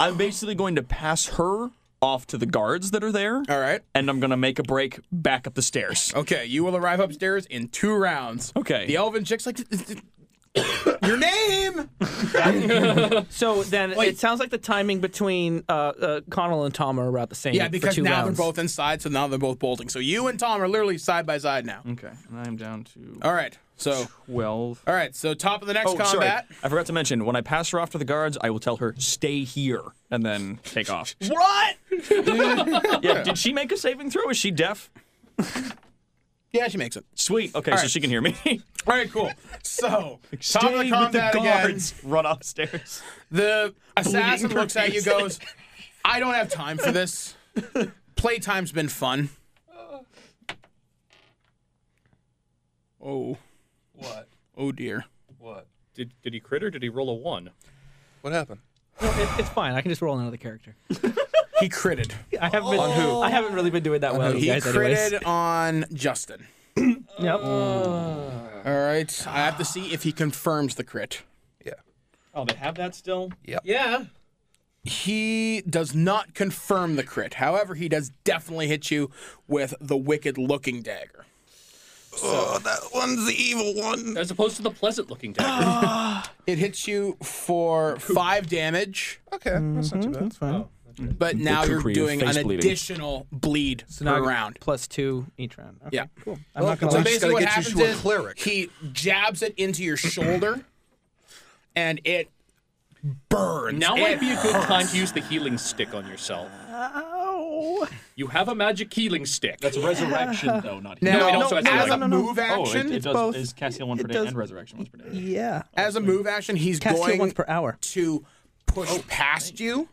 Speaker 3: I'm basically going to pass her off to the guards that are there,
Speaker 1: "All right,
Speaker 3: and I'm gonna make a break back up the stairs.
Speaker 1: okay, you will arrive upstairs in two rounds."
Speaker 3: Okay.
Speaker 1: The elven chick's like, "Your name."
Speaker 7: So then it sounds like the timing between uh, uh, Connell and Tom are about the same.
Speaker 1: Yeah,
Speaker 7: for
Speaker 1: because
Speaker 7: two
Speaker 1: now
Speaker 7: rounds.
Speaker 1: they're both inside, so now they're both bolting. So you and Tom are literally side by side now.
Speaker 3: Okay, and I'm down to.
Speaker 1: All right. So
Speaker 3: twelve.
Speaker 1: All right. So top of the next
Speaker 3: oh,
Speaker 1: combat.
Speaker 3: sorry. I forgot to mention when I pass her off to the guards, I will tell her stay here and then take off.
Speaker 1: What?
Speaker 3: yeah. Did she make a saving throw? Is she deaf?
Speaker 1: Yeah, she makes it.
Speaker 3: Sweet. Okay,
Speaker 1: All
Speaker 3: so
Speaker 1: right.
Speaker 3: she can hear me.
Speaker 1: All right, cool. So,
Speaker 3: Stay
Speaker 1: top of the
Speaker 3: with
Speaker 1: combat
Speaker 3: the
Speaker 1: again.
Speaker 3: guards. Run upstairs.
Speaker 1: The assassin
Speaker 3: Bleeding
Speaker 1: looks at you,
Speaker 3: profusely.
Speaker 1: goes, "I don't have time for this. Playtime's been fun." Oh,
Speaker 5: What?
Speaker 1: oh dear.
Speaker 5: What?
Speaker 6: Did, did he crit or did he roll a one?
Speaker 10: What happened?
Speaker 13: No, it, it's fine. I can just roll another character.
Speaker 1: He critted.
Speaker 13: I haven't been, I haven't really been doing that well,
Speaker 1: Uh-huh. he
Speaker 13: Oh, you guys. Anyways.
Speaker 1: critted on Justin.
Speaker 13: Yep.
Speaker 1: All right, I have to see if he confirms the crit.
Speaker 3: Oh, they have that still.
Speaker 6: Yeah.
Speaker 1: He does not confirm the crit. However, he does definitely hit you with the wicked looking dagger.
Speaker 10: Oh, that one's the evil one.
Speaker 6: As opposed to the pleasant looking dagger.
Speaker 1: It hits you for five damage,
Speaker 10: Okay, that's
Speaker 13: Mm-hmm,
Speaker 10: not too bad.
Speaker 1: but now you're
Speaker 3: kukri of
Speaker 1: doing
Speaker 3: face
Speaker 1: an
Speaker 3: bleeding.
Speaker 1: additional bleed
Speaker 13: So now I
Speaker 1: per
Speaker 13: got
Speaker 1: round.
Speaker 13: Plus two each round. Okay,
Speaker 1: Yeah.
Speaker 13: Cool. I'm
Speaker 10: Well,
Speaker 13: not gonna.
Speaker 1: So
Speaker 10: so
Speaker 13: lie.
Speaker 10: just
Speaker 1: basically,
Speaker 10: gotta
Speaker 1: what
Speaker 10: get you
Speaker 1: happens
Speaker 10: to a
Speaker 1: is
Speaker 10: cleric.
Speaker 1: he jabs it into your shoulder, and it burns.
Speaker 6: now
Speaker 1: It
Speaker 6: might be a good time to use the healing stick on yourself. You have a magic healing stick.
Speaker 5: That's resurrection, though, not
Speaker 1: Now,
Speaker 6: No, Oh, it also has
Speaker 1: as
Speaker 6: healing.
Speaker 1: a move action,
Speaker 13: It's both. It does-
Speaker 3: resurrection once per day.
Speaker 13: Yeah.
Speaker 1: as a move action, he's
Speaker 13: Cast heal
Speaker 1: going
Speaker 13: once Uh, per hour.
Speaker 1: to push
Speaker 10: Oh,
Speaker 1: past you.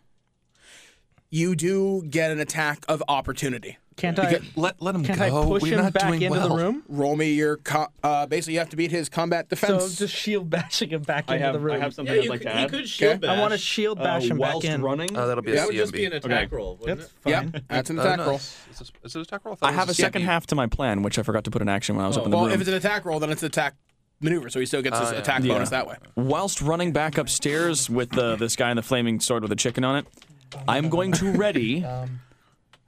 Speaker 1: You do get an attack of opportunity.
Speaker 13: Can't I?
Speaker 4: Let, let him
Speaker 13: Can't
Speaker 4: go.
Speaker 13: I push
Speaker 4: We're
Speaker 13: him
Speaker 4: not
Speaker 13: back
Speaker 4: doing
Speaker 13: into
Speaker 4: well.
Speaker 13: the room?
Speaker 1: Roll me your co- uh, basically. You have to beat his combat
Speaker 13: So
Speaker 1: defense.
Speaker 13: just shield bashing him back
Speaker 3: I
Speaker 13: into
Speaker 3: have,
Speaker 13: the room.
Speaker 3: I have something
Speaker 5: Yeah, you
Speaker 3: I'd like
Speaker 5: could,
Speaker 3: to
Speaker 5: you
Speaker 3: add.
Speaker 5: could shield
Speaker 1: Okay.
Speaker 5: bash.
Speaker 13: I want to shield bash
Speaker 3: uh,
Speaker 13: him back
Speaker 3: whilst
Speaker 13: in.
Speaker 3: running,
Speaker 4: Oh, that'll be
Speaker 1: That
Speaker 4: a
Speaker 1: would
Speaker 5: It would just be an
Speaker 4: CMB.
Speaker 5: attack roll, wouldn't
Speaker 13: That's
Speaker 5: it?
Speaker 1: yep,
Speaker 13: fine.
Speaker 1: that's an
Speaker 4: Oh,
Speaker 1: attack
Speaker 4: nice.
Speaker 1: roll.
Speaker 4: It's a- It's an attack roll. thought
Speaker 3: I
Speaker 4: it
Speaker 3: have a
Speaker 4: was
Speaker 3: second
Speaker 4: CMB.
Speaker 3: half to my plan, which I forgot to put in action when I was up in the
Speaker 1: Oh, Well,
Speaker 3: room.
Speaker 1: if it's an attack roll, then it's an attack maneuver, so he still gets his
Speaker 4: Ah, yeah.
Speaker 1: attack
Speaker 3: Yeah.
Speaker 1: bonus that way.
Speaker 3: Whilst running back upstairs with the, this guy in the flaming sword with a chicken on it, I'm going to ready
Speaker 1: Um.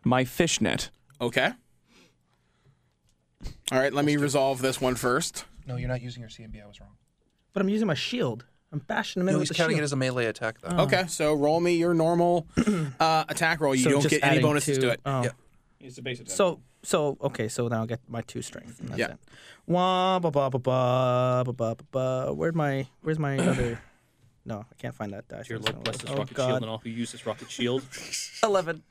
Speaker 3: my fishnet.
Speaker 1: Okay. All right, let me resolve this one first.
Speaker 9: No, you're not using your CMB. I was wrong.
Speaker 13: But I'm using my shield. I'm bashing
Speaker 5: Oh,
Speaker 13: him in
Speaker 4: No,
Speaker 13: with
Speaker 4: he's
Speaker 13: the
Speaker 4: counting
Speaker 13: shield.
Speaker 4: it as a melee attack, though.
Speaker 1: Okay, so roll me your normal uh, attack roll. You
Speaker 13: So
Speaker 1: don't
Speaker 13: just
Speaker 1: get any
Speaker 13: adding
Speaker 1: bonuses
Speaker 13: two-
Speaker 1: to it.
Speaker 13: oh.
Speaker 4: Yeah.
Speaker 5: It's a base attack.
Speaker 13: So so okay. So now I get my two strength. And that's
Speaker 1: Yeah.
Speaker 13: It. Wah ba ba ba ba ba ba ba ba. Where'd my Where's my other? No, I can't find that dash.
Speaker 6: Dear
Speaker 13: That's
Speaker 6: Lord,
Speaker 13: not
Speaker 6: bless
Speaker 13: it.
Speaker 6: this
Speaker 13: oh
Speaker 6: rocket shield
Speaker 13: God.
Speaker 6: and all who use this rocket shield.
Speaker 13: Eleven.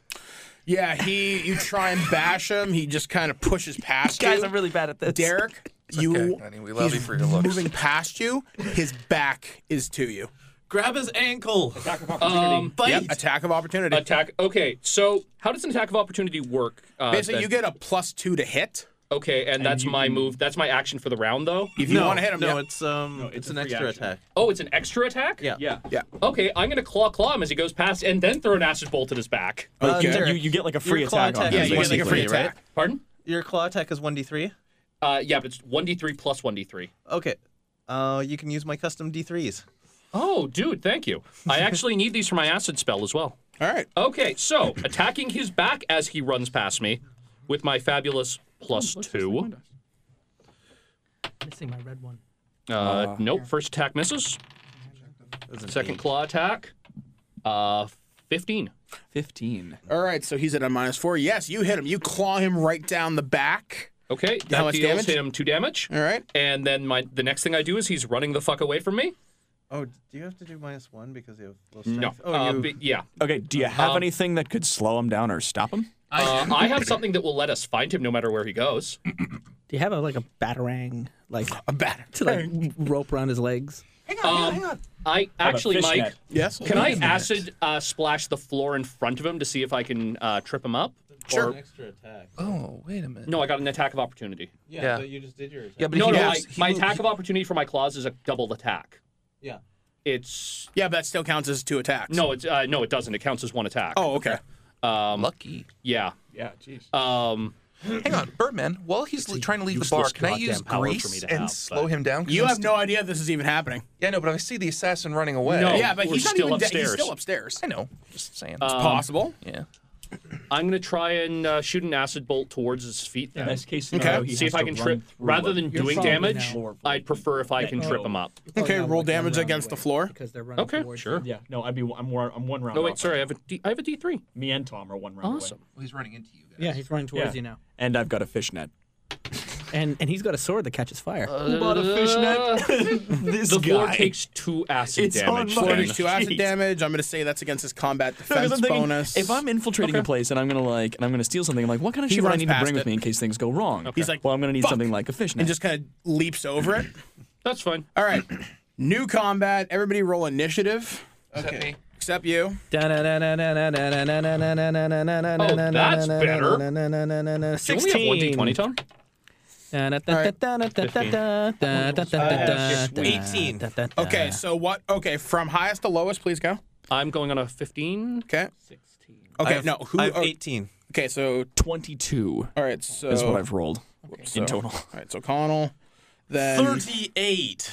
Speaker 1: Yeah, he. You try and bash him. He just kind of pushes past
Speaker 13: Guys,
Speaker 1: you.
Speaker 13: I'm really bad at this.
Speaker 1: Derek, you.
Speaker 4: okay, honey, we love
Speaker 1: he's
Speaker 4: you for your looks.
Speaker 1: Moving past you, his back is to you.
Speaker 5: grab his ankle.
Speaker 6: Um,
Speaker 1: Yep, attack of opportunity.
Speaker 6: attack. Okay, so how does an attack of opportunity work? Uh,
Speaker 1: Basically,
Speaker 6: then-
Speaker 1: you get a plus two to hit
Speaker 6: Okay, and, that's my move. That's my action for the round, though.
Speaker 1: if you
Speaker 10: no,
Speaker 1: want to hit him.
Speaker 10: No,
Speaker 1: yeah.
Speaker 10: it's um, it's,
Speaker 5: it's a
Speaker 10: an
Speaker 5: free
Speaker 10: extra
Speaker 5: action.
Speaker 10: attack.
Speaker 6: Oh, it's an extra attack.
Speaker 10: Yeah.
Speaker 3: Yeah.
Speaker 1: yeah.
Speaker 6: Okay, I'm gonna claw claw him as he goes past, and then throw an acid bolt at his back.
Speaker 10: Uh,
Speaker 3: You,
Speaker 10: Derek,
Speaker 3: you get like a free
Speaker 10: your claw
Speaker 3: attack on
Speaker 10: attack
Speaker 3: him.
Speaker 1: Yeah, you get like a free
Speaker 10: basically, right?
Speaker 1: attack.
Speaker 6: Pardon?
Speaker 10: Your claw attack is one d three.
Speaker 6: Uh, yeah, but it's one d three plus one d three.
Speaker 10: Okay. Uh, you can use my custom d threes.
Speaker 6: Oh, dude, thank you. I actually need these for my acid spell as well.
Speaker 1: All right.
Speaker 6: Okay, so attacking his back as he runs past me with my fabulous plus two.
Speaker 13: Missing my red one.
Speaker 6: Uh, nope, first attack misses. Second claw attack. Uh, 15.
Speaker 3: 15.
Speaker 1: All right. So he's at a minus four. Yes, you hit him. You claw him right down the back.
Speaker 6: Okay, that
Speaker 1: How much
Speaker 6: deals
Speaker 1: damage?
Speaker 6: him two damage.
Speaker 1: All right.
Speaker 6: And then my the next thing I do is he's running the fuck away from me.
Speaker 10: Oh, do you have to do minus one because you have low
Speaker 6: No.
Speaker 10: strength? Oh,
Speaker 6: uh,
Speaker 10: you...
Speaker 6: but yeah.
Speaker 3: Okay, do you have
Speaker 6: Um,
Speaker 3: anything that could slow him down or stop him?
Speaker 6: Uh, I have something that will let us find him no matter where he goes.
Speaker 13: Do you have a, like a batarang like
Speaker 1: A bat.
Speaker 13: to like rope around his legs?
Speaker 10: hang on, hang on.
Speaker 6: I actually,
Speaker 3: fish
Speaker 6: Mike,
Speaker 3: net?
Speaker 1: Yes.
Speaker 6: can I acid uh, splash the floor in front of him to see if I can uh, trip him up? Sure.
Speaker 5: extra attack.
Speaker 4: Oh, wait a minute.
Speaker 6: No, I got an attack of opportunity.
Speaker 5: Yeah,
Speaker 4: Yeah.
Speaker 5: but you just did your attack.
Speaker 4: Yeah, but
Speaker 6: No,
Speaker 4: he
Speaker 6: no, I,
Speaker 4: moves- he
Speaker 6: my
Speaker 4: moves-
Speaker 6: attack of opportunity for my claws is a double attack.
Speaker 5: Yeah.
Speaker 6: It's
Speaker 1: Yeah, but that still counts as two attacks.
Speaker 6: no, it's uh, no, it doesn't. It counts as one attack.
Speaker 1: Oh, okay.
Speaker 4: Lucky.
Speaker 6: yeah.
Speaker 5: Yeah, jeez.
Speaker 6: Um,
Speaker 4: Hang on, Birdman. While he's le- trying to leave the
Speaker 6: useless
Speaker 4: bar, can I
Speaker 6: goddamn
Speaker 4: use
Speaker 6: power for me
Speaker 4: grease
Speaker 6: to
Speaker 4: and
Speaker 6: have,
Speaker 4: slow
Speaker 6: but-
Speaker 4: him down? 'Cause
Speaker 1: You
Speaker 4: I'm
Speaker 1: have
Speaker 4: still-
Speaker 1: no idea this is even happening.
Speaker 4: Yeah, no, but if I see the assassin running away.
Speaker 6: No. Oh,
Speaker 1: yeah, but
Speaker 6: we're
Speaker 1: he's not
Speaker 6: still
Speaker 1: even dead.
Speaker 6: upstairs.
Speaker 1: He's still upstairs.
Speaker 4: I know. Just saying.
Speaker 1: Possible.
Speaker 4: yeah.
Speaker 6: I'm gonna try and uh, shoot an acid bolt towards his feet. Then.
Speaker 3: case
Speaker 1: scenario,
Speaker 6: See if I can trip. Rather than doing
Speaker 13: probably
Speaker 6: damage,
Speaker 13: now-
Speaker 6: I'd prefer if I can trip him up.
Speaker 13: Oh,
Speaker 1: Okay, roll damage against the floor.
Speaker 13: Because they're running
Speaker 6: Okay,
Speaker 13: towards
Speaker 6: sure.
Speaker 3: Yeah, no, I'd be, I'm, one- I'm one round
Speaker 6: Oh wait,
Speaker 3: off.
Speaker 6: sorry, I have a D, I have a D3.
Speaker 3: Me and Tom are one round away.
Speaker 6: Awesome.
Speaker 9: Well, he's running into you guys.
Speaker 13: Yeah, he's running towards
Speaker 3: Yeah.
Speaker 13: you now.
Speaker 3: And I've got a fishnet.
Speaker 13: and and he's got a sword that catches fire.
Speaker 6: Uh,
Speaker 7: About a
Speaker 1: Uh,
Speaker 7: fishnet.
Speaker 3: this
Speaker 6: the board
Speaker 3: guy.
Speaker 6: takes two acid
Speaker 3: It's
Speaker 6: damage.
Speaker 3: on my
Speaker 6: then.
Speaker 3: Jeez.
Speaker 1: Two acid damage. I'm gonna say that's against his combat
Speaker 3: No, 'cause
Speaker 1: defense
Speaker 3: I'm thinking,
Speaker 1: bonus.
Speaker 3: If I'm infiltrating a place and I'm gonna like and I'm gonna steal something, I'm like, what kind of
Speaker 1: He
Speaker 3: shit would I
Speaker 1: runs
Speaker 3: need to
Speaker 1: past
Speaker 3: bring with
Speaker 1: it.
Speaker 3: me in case things go wrong?
Speaker 1: He's like,
Speaker 3: well, I'm gonna need
Speaker 1: "Fuck,"
Speaker 3: something like a fishnet.
Speaker 1: and just kind of leaps over it.
Speaker 6: That's fine.
Speaker 1: All right, new combat. Everybody roll initiative.
Speaker 9: Except me.
Speaker 1: Except you.
Speaker 13: that's
Speaker 6: Oh,
Speaker 13: better.
Speaker 6: Do you only have one d20, Tom?
Speaker 13: Eighteen.
Speaker 1: Uh, Okay, so what? Okay, from highest to lowest, please go.
Speaker 6: I'm going on a 15.
Speaker 1: Okay. Okay, no. Who?
Speaker 10: I have
Speaker 1: oh,
Speaker 10: 18.
Speaker 1: okay, so
Speaker 3: Twenty-two
Speaker 1: all right, so
Speaker 3: is what I've rolled
Speaker 1: so-
Speaker 3: in total.
Speaker 1: All right, so Connell, then
Speaker 5: 38.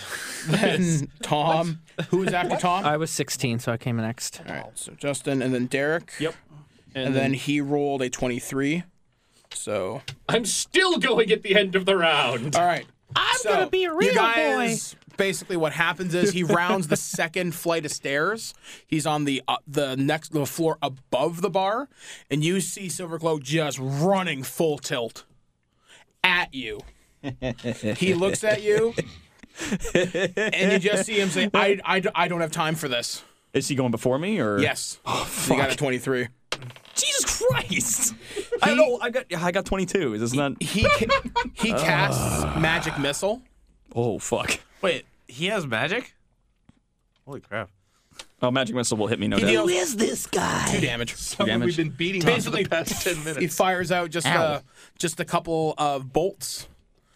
Speaker 1: then Tom. Who is after Tom?
Speaker 13: I was sixteen, so I came next.
Speaker 1: All right, so Justin and then Derek.
Speaker 6: Yep.
Speaker 1: And, then, he rolled a 23. So,
Speaker 6: I'm still going at the end of the round.
Speaker 1: all right. I'm
Speaker 7: gonna be a real
Speaker 1: you guys, Basically, what happens is he rounds the second flight of stairs. He's on the uh, the next the floor above the bar, and you see Silvercloak just running full tilt at you. he looks at you, and you just see him say, "I I, I don't have time for this."
Speaker 3: Is he going before me or?
Speaker 1: Yes,
Speaker 3: fuck.
Speaker 1: you got a twenty three.
Speaker 3: Jesus Christ! I don't know. I got I got twenty-two. Is this not?
Speaker 1: He ca- he casts magic missile.
Speaker 3: Oh fuck!
Speaker 5: Wait, he has magic?
Speaker 10: Holy crap.
Speaker 3: Oh, magic missile will hit me. No
Speaker 1: He
Speaker 3: doubt.
Speaker 1: deals
Speaker 7: this
Speaker 1: two
Speaker 7: guy?
Speaker 1: damage.
Speaker 9: Something we've been beating on for the
Speaker 1: Basically-
Speaker 9: past 10 minutes.
Speaker 1: He fires out just uh, just a couple of bolts.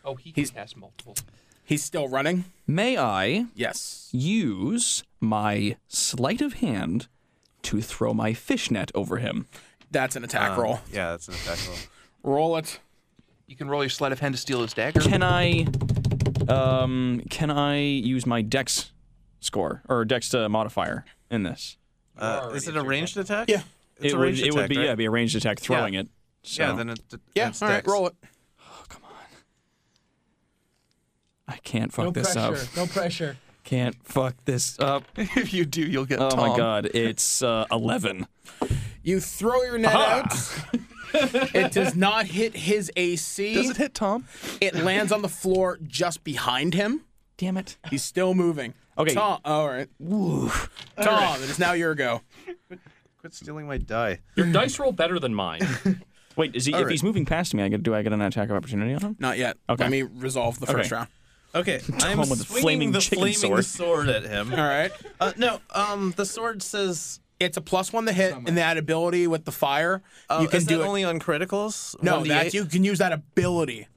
Speaker 9: Oh, he
Speaker 1: He's-
Speaker 9: can cast multiple.
Speaker 1: He's still running.
Speaker 3: May I
Speaker 1: Yes.
Speaker 3: use my sleight of hand to throw my fishnet over him?
Speaker 1: That's an attack
Speaker 3: Uh.
Speaker 10: Um,
Speaker 1: roll.
Speaker 10: Yeah, that's an attack roll.
Speaker 1: Roll it.
Speaker 4: You can roll your sleight of hand to steal his dagger.
Speaker 3: Can I, um, can I use my dex score or dex uh, modifier in this?
Speaker 10: Uh, is it a ranged attack?
Speaker 1: Yeah.
Speaker 3: it
Speaker 10: It's a
Speaker 3: would
Speaker 10: ranged
Speaker 3: it
Speaker 10: attack,
Speaker 3: would be
Speaker 10: right?
Speaker 3: yeah, be a ranged attack throwing it. So
Speaker 10: Yeah, then it, it,
Speaker 1: Yeah.
Speaker 10: it's
Speaker 1: All right.
Speaker 10: dex.
Speaker 1: Roll it.
Speaker 3: I can't fuck this up.
Speaker 13: No pressure.
Speaker 3: Can't fuck this up.
Speaker 4: if you do, you'll get
Speaker 3: Oh
Speaker 4: Tom.
Speaker 3: my god, it's uh, eleven.
Speaker 1: You throw your net out. it does not hit his AC.
Speaker 4: Does it hit Tom?
Speaker 1: It lands on the floor just behind him.
Speaker 3: Damn it.
Speaker 1: He's still moving.
Speaker 3: Okay.
Speaker 1: Tom. All right. Tom, it is now your go.
Speaker 10: Quit stealing my die.
Speaker 6: Your dice roll better than mine.
Speaker 3: Wait, is he, if he's moving past me, I get do I get an attack of opportunity on him?
Speaker 1: Not yet.
Speaker 3: Okay.
Speaker 1: Let me resolve the first
Speaker 3: Okay.
Speaker 1: round.
Speaker 10: Okay, I'm
Speaker 3: with the
Speaker 10: swinging
Speaker 3: flaming
Speaker 10: the
Speaker 3: chicken
Speaker 10: flaming
Speaker 3: sword.
Speaker 10: sword. at him.
Speaker 1: All right.
Speaker 10: Uh, no, um, the sword says.
Speaker 1: It's a plus one to hit, and that ability with the fire,
Speaker 10: Uh,
Speaker 1: you can
Speaker 10: is
Speaker 1: do
Speaker 10: that
Speaker 1: it.
Speaker 10: only on criticals.
Speaker 1: no,
Speaker 10: 1d8?
Speaker 1: that you can use that ability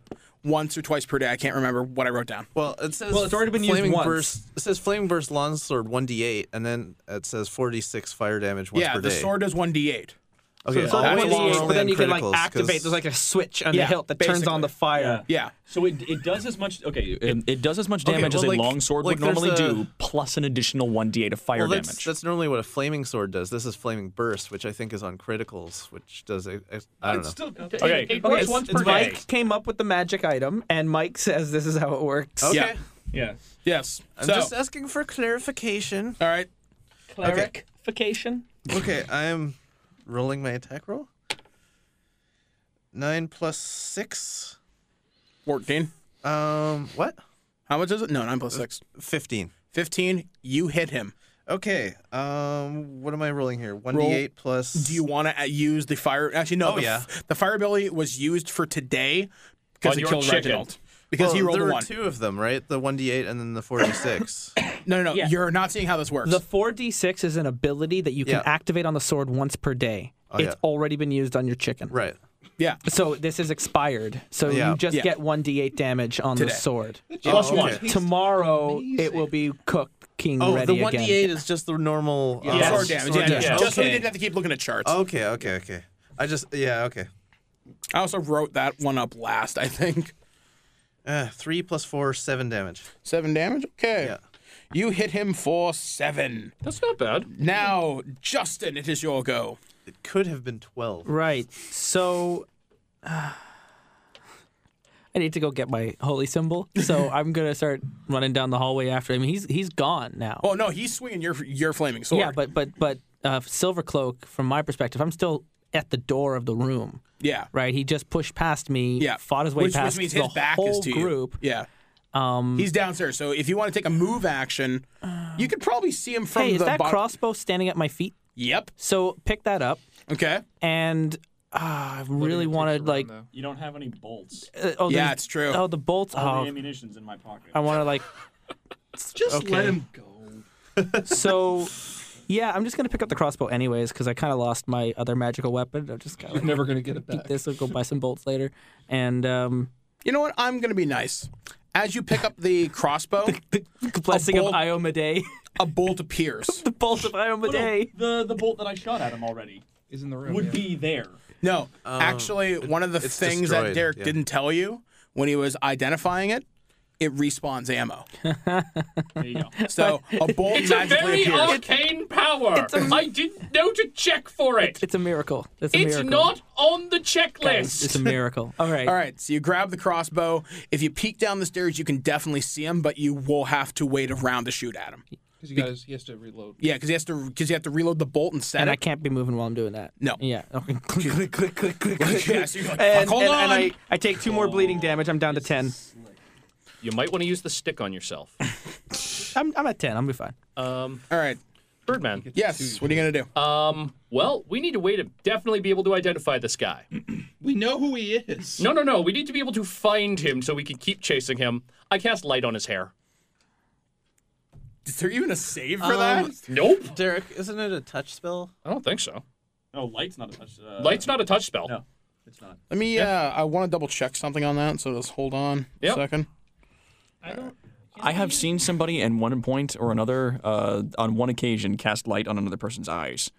Speaker 1: once or twice per day. I can't remember what I wrote down.
Speaker 10: Well, it says.
Speaker 8: Well, it's already been used
Speaker 10: flaming
Speaker 8: once.
Speaker 10: Burst, it says flaming burst longsword one d eight, and then it says four d six fire damage once
Speaker 1: yeah,
Speaker 10: per
Speaker 1: the
Speaker 10: day.
Speaker 1: sword does one d8.
Speaker 10: Okay,
Speaker 1: So
Speaker 10: I'll
Speaker 1: that's
Speaker 10: wait
Speaker 1: long
Speaker 10: till
Speaker 1: range,
Speaker 10: only
Speaker 1: but
Speaker 10: on
Speaker 1: then
Speaker 10: criticals, 'cause-
Speaker 13: a switch on
Speaker 1: Yeah, basically.
Speaker 13: fire.
Speaker 1: Yeah.
Speaker 3: So it, it does as much. Okay, it, it does as much
Speaker 10: Okay,
Speaker 3: damage
Speaker 10: well,
Speaker 3: as a
Speaker 10: like-
Speaker 3: long sword
Speaker 10: like
Speaker 3: would normally
Speaker 10: there's a-
Speaker 3: do, plus an additional one d8 of fire
Speaker 10: well, that's,
Speaker 3: damage.
Speaker 10: that's normally what a flaming sword does. This is flaming burst, which I think is on criticals, which does a, a, I don't know.
Speaker 3: Okay.
Speaker 6: It works once per day.
Speaker 13: Mike came up with the magic item, and Mike says this is how it
Speaker 6: Oh,
Speaker 13: works.
Speaker 10: okay,
Speaker 1: Yeah.
Speaker 3: yeah.
Speaker 1: Yes.
Speaker 10: I'm
Speaker 1: so,
Speaker 10: just asking for clarification.
Speaker 1: all right.
Speaker 7: Clarification.
Speaker 10: Okay, I'm rolling my attack roll. Nine plus six.
Speaker 1: 14.
Speaker 10: Um, what?
Speaker 1: How much is it? No, 9 plus 6.
Speaker 10: Fifteen.
Speaker 1: 15. You hit him.
Speaker 10: Okay. Um, what am I rolling here? One
Speaker 1: Roll-
Speaker 10: d eight plus.
Speaker 1: Do you want to use the fire? Actually, no.
Speaker 10: Oh,
Speaker 1: the,
Speaker 10: yeah.
Speaker 1: The fire ability was used for today because
Speaker 6: On
Speaker 1: it
Speaker 6: your
Speaker 1: killed
Speaker 6: chicken.
Speaker 1: Reginald. Because he
Speaker 10: Well,
Speaker 1: rolled
Speaker 10: Oh, there
Speaker 1: a
Speaker 10: were
Speaker 1: 1.
Speaker 10: two of them, right? The one d eight and then the four d six.
Speaker 1: No, no, no.
Speaker 7: Yeah.
Speaker 1: You're not seeing how this works.
Speaker 13: The 4d6 is an ability that you can
Speaker 10: Yeah.
Speaker 13: activate on the sword once per day.
Speaker 10: Oh,
Speaker 13: it's
Speaker 10: yeah.
Speaker 13: already been used on your chicken.
Speaker 10: Right.
Speaker 1: yeah.
Speaker 13: So this is expired. So
Speaker 10: Yeah.
Speaker 13: you just
Speaker 1: Yeah.
Speaker 13: get 1d8 damage on
Speaker 1: Today.
Speaker 13: the sword.
Speaker 6: Plus
Speaker 10: Oh,
Speaker 6: one.
Speaker 10: okay.
Speaker 13: Tomorrow it will be cooking
Speaker 10: Oh,
Speaker 13: ready
Speaker 10: the one
Speaker 13: again.
Speaker 10: d eight is just the normal. um,
Speaker 1: uh, Sword
Speaker 6: Yes.
Speaker 1: damage.
Speaker 10: sword
Speaker 1: yeah,
Speaker 10: damage.
Speaker 1: yeah. Just so we
Speaker 10: Okay.
Speaker 1: didn't have to keep looking at charts.
Speaker 7: Oh.
Speaker 10: Okay. Okay. Okay. I just yeah. Okay.
Speaker 1: I also wrote that one up last, I think.
Speaker 10: Uh, three plus four, seven damage.
Speaker 1: Seven damage? Okay.
Speaker 10: Yeah.
Speaker 1: You hit him for seven.
Speaker 6: That's not bad.
Speaker 1: Now, Justin, it is your go.
Speaker 10: It could have been twelve.
Speaker 13: Right. So I need to go get my holy symbol. So I'm gonna start running down the hallway after him. He's he's gone now.
Speaker 1: Oh no, he's swinging your your flaming sword.
Speaker 13: yeah, but but but uh, silver cloak. From my perspective, I'm still
Speaker 7: at the door of the room.
Speaker 1: Yeah.
Speaker 7: Right. He just pushed past me.
Speaker 1: Yeah.
Speaker 7: Fought his way
Speaker 1: Which- which
Speaker 7: past
Speaker 1: means
Speaker 7: the
Speaker 1: his back is
Speaker 7: whole
Speaker 1: to you.
Speaker 7: group.
Speaker 1: Yeah.
Speaker 7: Um, Uh,
Speaker 1: He's downstairs, so if you want to take a move action, you could probably see him from
Speaker 7: hey, is
Speaker 1: the
Speaker 7: that
Speaker 1: bottom.
Speaker 7: crossbow standing at my feet?
Speaker 1: Yep.
Speaker 7: So pick that up.
Speaker 1: Okay.
Speaker 7: And uh, I really want to like. Uh,
Speaker 3: You don't have any bolts.
Speaker 7: oh,
Speaker 1: Yeah,
Speaker 7: there's-
Speaker 1: it's true.
Speaker 7: Oh, the bolts.
Speaker 3: All the
Speaker 7: Oh,
Speaker 3: ammunition's in my pocket.
Speaker 7: I want to like.
Speaker 5: Just let
Speaker 7: Okay.
Speaker 5: him go.
Speaker 7: so, yeah, I'm just gonna pick up the crossbow anyways because I kind of lost my other magical weapon. I'm just gonna
Speaker 5: Never gonna get it
Speaker 7: keep
Speaker 5: back.
Speaker 7: this. I'll go buy some bolts later. And um,
Speaker 1: You know what? I'm going to be nice. As you pick up the crossbow,
Speaker 7: blessing
Speaker 1: bolt-
Speaker 7: of Iomade,
Speaker 1: a bolt appears.
Speaker 7: the bolt of Iomade.
Speaker 3: The the bolt that I shot at him already
Speaker 5: Is in the room.
Speaker 3: would
Speaker 5: yeah.
Speaker 3: be there.
Speaker 1: No,
Speaker 7: Oh,
Speaker 1: actually, one of the
Speaker 10: it's
Speaker 1: things that
Speaker 10: destroyed,
Speaker 1: Derek
Speaker 10: yeah.
Speaker 1: didn't tell you when he was identifying it, it respawns ammo.
Speaker 3: There you go.
Speaker 1: So a bolt
Speaker 6: It's a
Speaker 1: magically
Speaker 6: very
Speaker 1: appears.
Speaker 6: arcane power. I I didn't know to check for it.
Speaker 7: It's a miracle. It's a
Speaker 6: It's
Speaker 7: miracle.
Speaker 6: not on the
Speaker 7: Guys,
Speaker 6: checklist.
Speaker 7: it's a miracle. All right.
Speaker 1: All right, so you grab the crossbow. If you peek down the stairs, you can definitely see him, but you will have to wait around to shoot at him.
Speaker 5: Because he, got his- he has to reload.
Speaker 1: Yeah, because he has to because you have to reload the bolt and set
Speaker 7: And
Speaker 1: it.
Speaker 7: I can't be moving while I'm doing that.
Speaker 1: No.
Speaker 7: Yeah. Okay. Click, click, click, click, click,
Speaker 1: yeah, so you're like,
Speaker 7: And,
Speaker 1: "Fuck, hold
Speaker 7: and-
Speaker 1: on.
Speaker 7: and I, I take two more bleeding damage. I'm down to ten.
Speaker 14: You might want to use the stick on yourself.
Speaker 7: I'm, I'm at ten. I'll be fine.
Speaker 14: Um,
Speaker 1: All right.
Speaker 14: Birdman.
Speaker 1: Yes. What are you gonna do?
Speaker 14: Um, well, we need a way to definitely be able to identify this guy.
Speaker 5: We know who he is.
Speaker 14: No, no, no. We need to be able to find him so we can keep chasing him. I cast light on his hair.
Speaker 1: Is there even a save for that?
Speaker 10: Um,
Speaker 14: Nope.
Speaker 10: Derek, isn't it a touch spell?
Speaker 14: I don't think so.
Speaker 3: No, Oh, light's not a touch. Uh,
Speaker 14: Light's not a touch spell.
Speaker 3: No, it's not.
Speaker 1: Let me. Uh, I want to double check something on that, so just hold on a
Speaker 14: Yep.
Speaker 1: second.
Speaker 3: I have seen somebody at one point or another, uh, on one occasion, cast light on another person's eyes.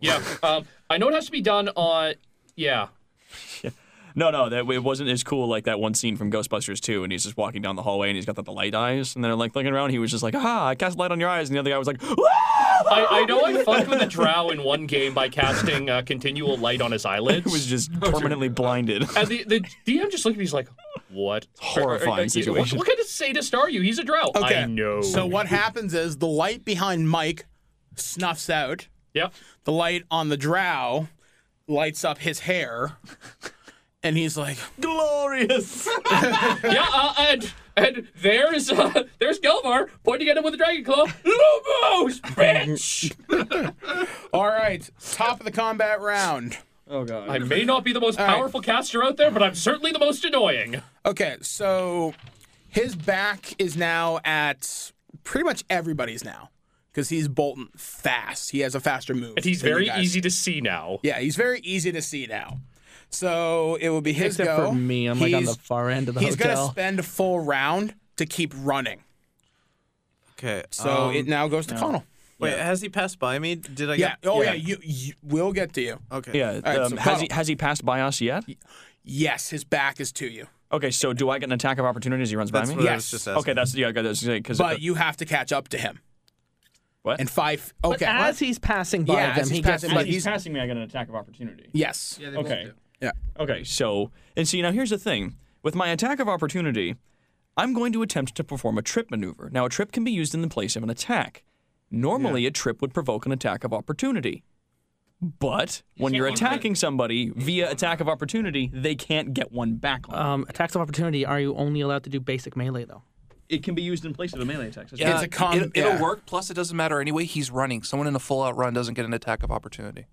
Speaker 14: Yeah. um, I know it has to be done on. Yeah.
Speaker 3: No, no, that it wasn't as cool like that one scene from Ghostbusters 2, and he's just walking down the hallway and he's got the, the light eyes, and they're like looking around. He was just like, "Ah, I cast light on your eyes," and the other guy was like, "Ah!"
Speaker 14: I, I know I fucked with a drow in one game by casting uh, continual light on his eyelids.
Speaker 3: It was just permanently blinded.
Speaker 14: And the, the DM just looked at me. He's like, "What Are-
Speaker 3: Horrifying
Speaker 14: are- are-
Speaker 3: situation.
Speaker 14: What, what kind of sadist are you? He's a drow.
Speaker 1: Okay.
Speaker 14: I know.
Speaker 1: So what happens is the light behind Mike snuffs out.
Speaker 14: Yep.
Speaker 1: The light on the Drow lights up his hair, and he's like,
Speaker 3: Glorious.
Speaker 6: yeah, uh, and and there's uh, there's Gelvar pointing at him with a dragon claw. Lumos, bitch.
Speaker 1: "All right, top of the combat round."
Speaker 3: oh god.
Speaker 14: I may not be the most
Speaker 1: right.
Speaker 14: powerful caster out there, but I'm certainly the most annoying.
Speaker 1: Okay, so his back is now at pretty much everybody's now because he's bolting fast. He has a faster move.
Speaker 14: And he's
Speaker 1: than you
Speaker 14: very
Speaker 1: guys.
Speaker 14: easy to see now.
Speaker 1: Yeah, he's very easy to see now. So it will be his
Speaker 7: Except
Speaker 1: go.
Speaker 7: for me, I'm like on
Speaker 1: He's-
Speaker 7: the far end of the
Speaker 1: He's gonna
Speaker 7: hotel.
Speaker 1: spend a full round to keep running.
Speaker 10: Okay.
Speaker 1: So
Speaker 10: um,
Speaker 1: it now goes to Connell.
Speaker 10: Wait, has he passed by me? Did I?
Speaker 1: Yeah.
Speaker 10: Get,
Speaker 1: Oh yeah. You, you. We'll get to you.
Speaker 10: Okay.
Speaker 3: Yeah.
Speaker 1: right,
Speaker 3: um,
Speaker 1: so
Speaker 3: has
Speaker 1: Connell.
Speaker 3: he has he passed by us yet?
Speaker 1: Yes. His back is to you.
Speaker 3: Okay, so do I get an attack of opportunity as he runs
Speaker 10: That's
Speaker 3: by
Speaker 10: what
Speaker 3: me?
Speaker 10: I
Speaker 1: Yes.
Speaker 10: was just asking.
Speaker 3: Okay, that's yeah, that's because
Speaker 1: But you have to catch up to him.
Speaker 3: What?
Speaker 1: And five.
Speaker 7: But
Speaker 1: Okay.
Speaker 7: as he's passing by
Speaker 1: Yeah, as
Speaker 7: them,
Speaker 1: he's
Speaker 7: he gets
Speaker 1: passing by-
Speaker 7: like
Speaker 1: he's-
Speaker 3: passing me. I get an attack of opportunity.
Speaker 1: yes.
Speaker 9: Yeah, they both
Speaker 3: Okay.
Speaker 9: do.
Speaker 1: Yeah.
Speaker 3: Okay, so and see now here's the thing. With my attack of opportunity, I'm going to attempt to perform a trip maneuver. Now a trip can be used in the place of an attack. Normally a trip would provoke an attack of opportunity. But when you're attacking somebody via attack of opportunity, they can't get one back on.
Speaker 7: um, attacks of opportunity. Are you only allowed to do basic melee though?
Speaker 3: it can be used in place of a melee attack. so it's-
Speaker 1: It's a con.
Speaker 4: It,
Speaker 1: yeah.
Speaker 4: It'll work. Plus, it doesn't matter anyway. He's running. Someone in a full out run doesn't get an attack of opportunity.